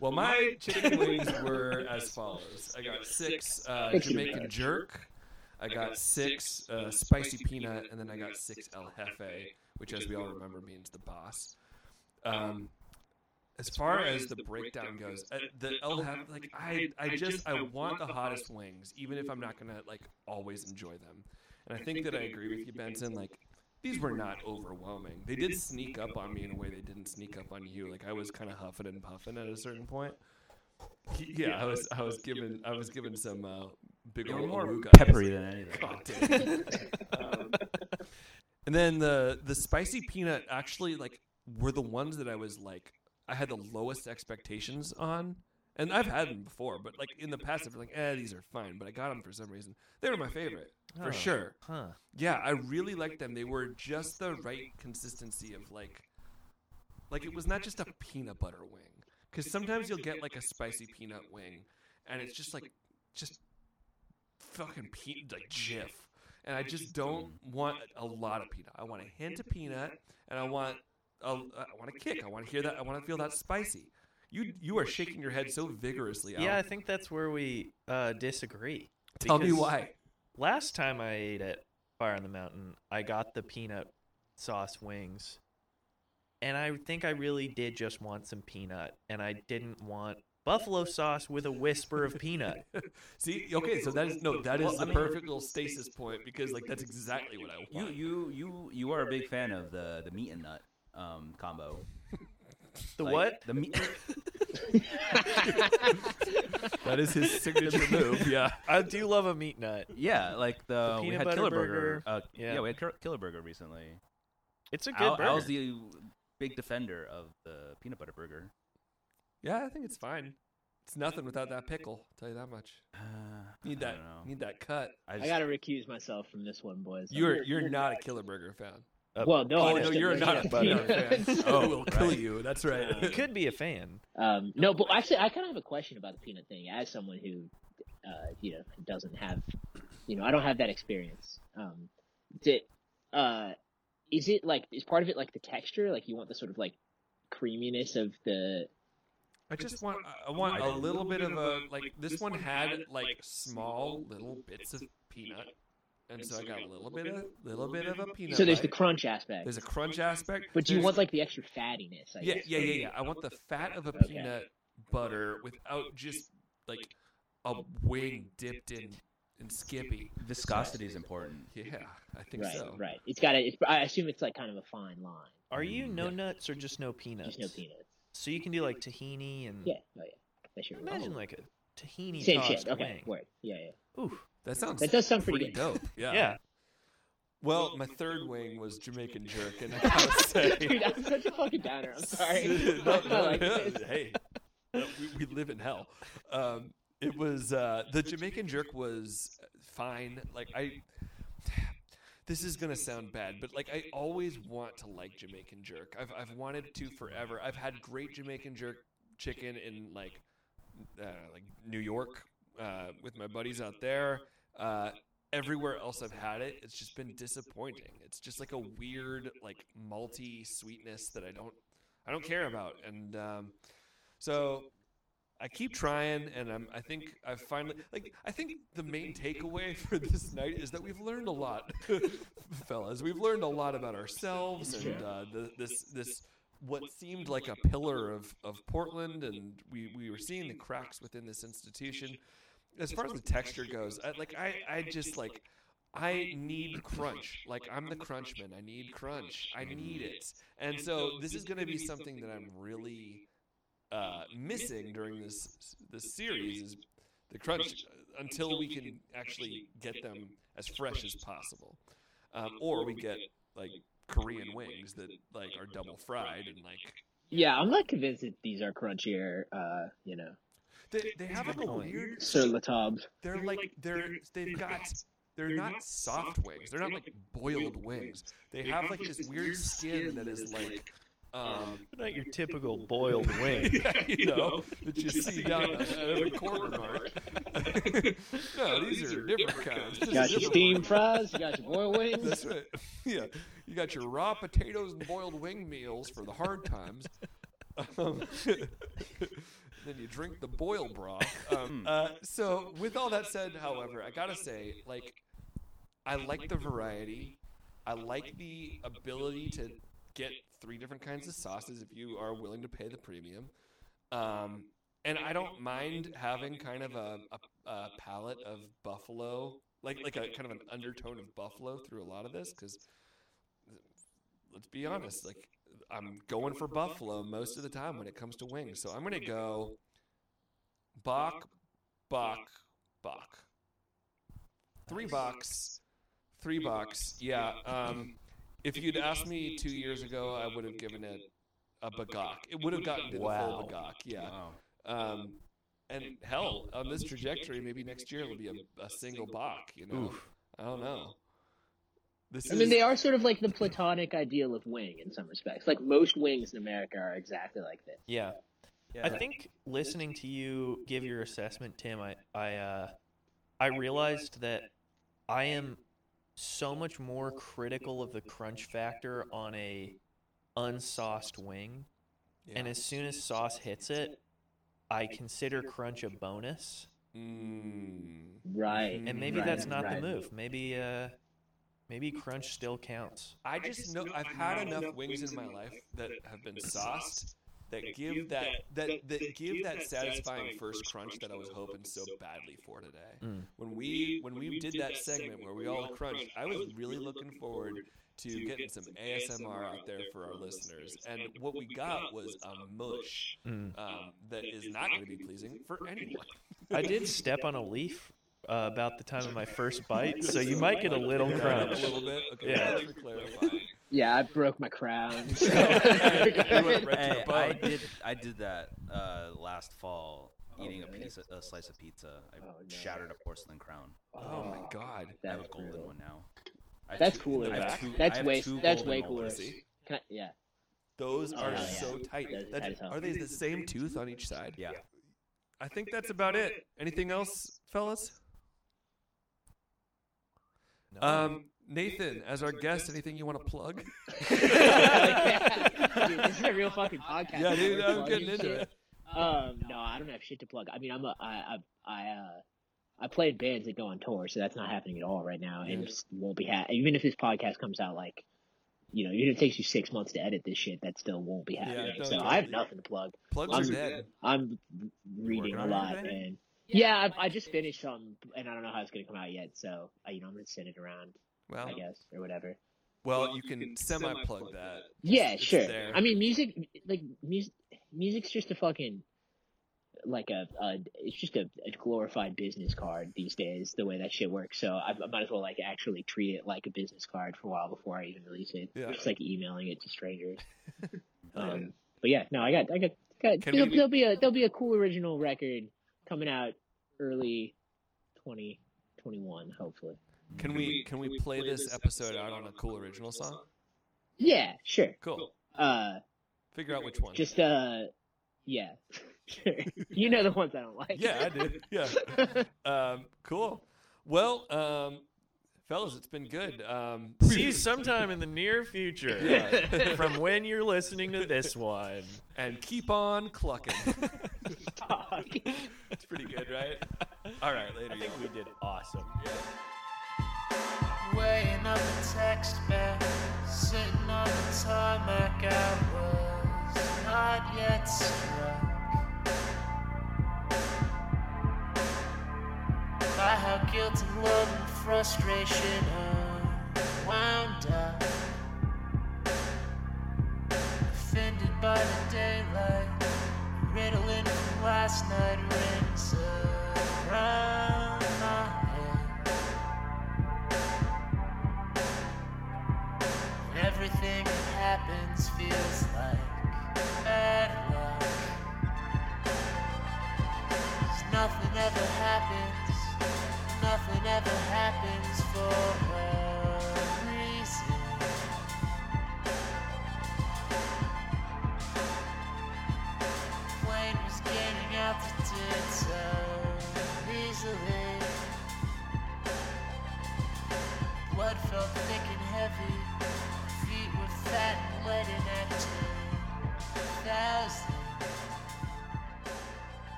A: Well, my chicken wings were as follows. I got six uh,
D: Thank you.
A: Jamaican jerk. I got six uh, spicy peanut, and then I got six El Jefe, which, as we all remember, means the boss. Um, as far as the breakdown goes, uh, the El Jefe, like I, I just I want the hottest wings, even if I'm not gonna like always enjoy them. And I think that I agree with you, Benson. Like these were not overwhelming. They did sneak up on me in a way they didn't sneak up on you. Like I was kind of huffing and puffing at a certain point. Yeah, I was I was given I was given some uh, big
B: They were
A: old
B: more
A: Aruga.
B: peppery than anything.
A: God damn. Um, and then the the spicy peanut actually like were the ones that I was like I had the lowest expectations on, and I've had them before, but like in the past I've been like, eh, these are fine, but I got them for some reason. They were my favorite for
C: Oh.
A: sure.
C: Huh.
A: Yeah, I really liked them. They were just the right consistency of like, like it was not just a peanut butter wing. Because sometimes you'll get like a spicy peanut wing, and it's just like, just fucking peanut like jiff. And I just don't want a lot of peanut. I want a hint of peanut, and I want a, I want a kick. I want to hear that. I want to feel that spicy. You you are shaking your head so vigorously.
C: Yeah, I
A: Al.
C: think that's where we uh, disagree.
A: Tell me
C: Because
A: why.
C: Last time I ate at Fire on the Mountain, I got the peanut sauce wings. And I think I really did just want some peanut. And I didn't want buffalo sauce with a whisper of peanut.
A: See, okay, so that is no, that is
B: Well, I
A: the
B: mean-
A: perfect little stasis point because like that's exactly what I
B: You
A: want.
B: you you you are a big fan of the the meat and nut um combo.
C: The
B: Like,
C: what?
B: The meat.
A: That is his signature move. Yeah.
C: I do love a meat nut.
B: Yeah, like the,
C: The
B: we
C: peanut
B: had
C: butter
B: Killer
C: burger.
B: Burger. Uh,
C: Yeah.
B: yeah. we had Kir- Killer Burger recently.
C: It's a good
B: I,
C: burger.
B: I was the big defender of the peanut butter burger.
A: Yeah, I think it's fine. It's nothing without that pickle. Tell you that much.
B: Uh,
A: Need
B: I
A: that.
B: don't know.
A: Need that cut.
B: I
D: I
B: just-
D: gotta recuse myself from this one, boys.
A: You're you're not a Killer Burger fan.
C: A
D: Well, no,
A: Oh
D: I
A: no,
D: just-
A: you're not a
D: Peanut.
A: Butter fan. Oh, we'll kill
B: Right.
A: you. That's right.
C: You could be a fan.
D: Um, no, but actually, I kind of have a question about the peanut thing. As someone who, uh, you know, doesn't have, you know, I don't have that experience. Um, did, uh, is it like is part of it like the texture? Like you want the sort of like creaminess of the
A: I just want I- I want a little bit of a like this one had like small little bits of peanut, and so I got a little bit of little bit of a peanut.
D: so there's the
A: bite.
D: crunch aspect,
A: there's a crunch aspect,
D: but you
A: There's-
D: want like the extra fattiness. I
A: Yeah,
D: guess.
A: yeah, yeah, yeah. I want the fat of a
D: Okay.
A: peanut butter without just like a wing dipped in and Skippy.
B: Viscosity is important.
A: Yeah, I think
D: Right,
A: so.
D: right. It's got to. I assume it's like kind of a fine line.
C: Are you no
A: Yeah.
C: nuts or just no peanuts?
D: There's Mm, no peanuts.
C: So you can do like tahini and
D: Yeah. Oh yeah. That's your
C: imagine
D: oh.
C: like a tahini
D: same
C: tossed
D: shit. Okay.
C: wing.
D: Word. Yeah, yeah.
C: Ooh,
A: That sounds
D: That does sound pretty
A: pretty
D: good.
A: dope. Yeah.
C: yeah.
A: Well, my third wing was Jamaican jerk, and I gotta say,
D: Dude, I'm such a fucking downer. I'm sorry.
A: No, no,
D: Like,
A: no,
D: it's-
A: hey, no, we, we live in hell. Um, it was uh, the Jamaican jerk was fine. Like I, this is gonna sound bad, but like I always want to like Jamaican jerk. I've I've wanted to forever. I've had great Jamaican jerk chicken in like uh, like New York uh, with my buddies out there. Uh, everywhere else I've had it, it's just been disappointing. It's just like a weird, like malty sweetness that I don't, I don't care about. And um, so I keep trying, and I'm, I think I've finally, like, I think the main takeaway for this night is that we've learned a lot, fellas. We've learned a lot about ourselves and uh, the, this, this. What seemed like a pillar of, of Portland, and we, we were seeing the cracks within this institution as far as the texture goes, I, like I, I just like I need crunch. Like I'm the crunchman. I need crunch. I need it. And so this is going to be something that I'm really uh, missing during this this series is the crunch until we can actually get them as fresh as possible, um, or we get like Korean wings that like are double fried and like
D: yeah, I'm not convinced that these are crunchier. Uh, you know,
A: they, they have like, a
C: Definitely.
A: weird
D: Sir Latab.
A: they're like they're they've got they're not soft wings. They're not like boiled wings. They have like this weird skin that is like um
C: Not your typical boiled wing.
A: yeah, you know that you see down at the corner mark. no, these are different kinds. This
D: You
A: is
D: got your
A: different.
D: steamed fries. You got your boiled wings.
A: That's right. Yeah, you got your raw potatoes and boiled wing meals for the hard times. Um, then you drink the boil broth. Um, uh, so, with all that said, however, I gotta say, like, I like the variety. I like the ability to get three different kinds of sauces if you are willing to pay the premium. Um, and I don't mind having kind of a, a, a palette of buffalo, like like a kind of an undertone of buffalo through a lot of this, because let's be honest, like I'm going for buffalo most of the time when it comes to wings. So I'm gonna go Bach, Bach, Bach. Three bucks, three bucks. Yeah. Um, if you'd asked me two years ago, I would have given it a bagok. It would have gotten to the
C: Wow.
A: full bagok. Yeah.
B: Wow.
A: Um, and hell, on this trajectory, maybe next year it'll be a, a single Bach. You know, I don't know. This
D: I mean, they are sort of like the platonic ideal of wing in some respects. Like most wings in America are exactly like this.
C: Yeah.
B: Yeah.
C: I think listening to you give your assessment, Tim, I I uh, I realized that I am so much more critical of the crunch factor on a unsauced wing,
A: yeah.
C: and as soon as sauce hits it, I consider crunch a bonus.
A: Mm.
D: Right.
C: And
D: Mm-hmm.
C: maybe
D: Right,
C: that's not
D: right.
C: the move. Maybe uh, maybe crunch still counts.
A: I just know I've had enough wings in my life that have been sauced that give that that that give that satisfying first crunch that I was hoping so badly for today.
C: Mm.
A: When we when we did that segment where we all crunched, I was really looking forward to getting some ASMR out there for our listeners. And what we got was a mush
C: Mm.
A: um, that is not going to be pleasing for anyone.
C: I did step on a leaf uh, about the time of my first bite, so you might get a little
A: Yeah,
C: crunch.
A: A little bit. Okay.
C: Yeah.
A: thanks for clarifying.
D: Yeah, I broke my crown.
A: You went right to
B: Hey,
A: the
B: I
A: bone.
B: did. I did that uh, last fall, eating a piece, of, a slice of pizza. I
D: Oh, no.
B: shattered a porcelain crown.
A: Oh my god.
B: I have a
D: That's
B: golden
D: brutal.
B: one now. I have
D: That's
B: two-
D: cooler.
B: I have
A: back.
B: two- I
D: That's
B: have
D: way
B: two
D: that's
B: golden
D: way
B: ones.
D: cooler.
A: See?
D: Can I, yeah.
A: Those
D: Oh,
A: are
D: yeah.
A: so tight.
D: That's
A: That's-
D: tight as hell.
A: are they the same tooth on each side?
B: Yeah.
A: I think that's about it. Anything else, fellas? Um, Nathan, as our guest, anything you want to plug?
D: Dude, this is a real fucking podcast.
A: Yeah, dude,
D: We're
A: I'm
D: plugging
A: getting into
D: shit.
A: it.
D: Um, no, I don't have shit to plug. I mean, I'm a, I, I, I, uh, I play in bands that go on tour, so that's not happening at all right now, and
A: Yeah.
D: just won't be ha- even if this podcast comes out like, you know, even if it takes you six months to edit this shit, that still won't be happening.
A: don't
D: so
A: do
D: I have
A: it.
D: nothing to plug.
A: Plugs
D: I'm-
A: are dead.
D: I'm reading
B: working
D: a
B: on
D: lot,
B: anything?
D: and Yeah, I, I just finished some, and I don't know how it's gonna come out yet. So uh, you know, I'm gonna send it around,
A: Well,
D: I guess, or whatever.
A: well, you can, semi plug that.
D: Yeah,
A: it's
D: sure.
A: there.
D: I mean, music, like music, music's just a fucking like a, a it's just a, a glorified business card these days. The way that shit works, so I, I might as well like actually treat it like a business card for a while before I even release it.
A: Yeah.
D: Just like emailing it to strangers. um, but yeah, no, I got, I got, got
A: Can
D: there'll,
A: we-
D: there'll be a there'll be a cool original record coming out early twenty twenty one, hopefully.
A: Can we can we play this episode out on a cool original song?
D: Yeah, sure.
A: Cool.
D: Uh.
A: Figure out which one.
D: Just uh, yeah, sure. You know the ones I don't like.
A: Yeah, I did. Yeah. Um, cool. Well, um, fellas, it's been good. Um,
C: See you sometime in the near future.
A: Yeah.
C: From when you're listening to this one.
A: and keep on clucking.
D: Fuck.
A: it's pretty good, right? All right, later.
C: I think
A: y'all.
C: we did awesome.
E: Waiting on the text back, sitting on the tarmac. I was not yet struck by how guilt and love and frustration unwound up. Offended by the daylight, riddling from last night rings around my head. Everything that happens feels like bad luck. 'Cause nothing ever happens, nothing ever happens for her.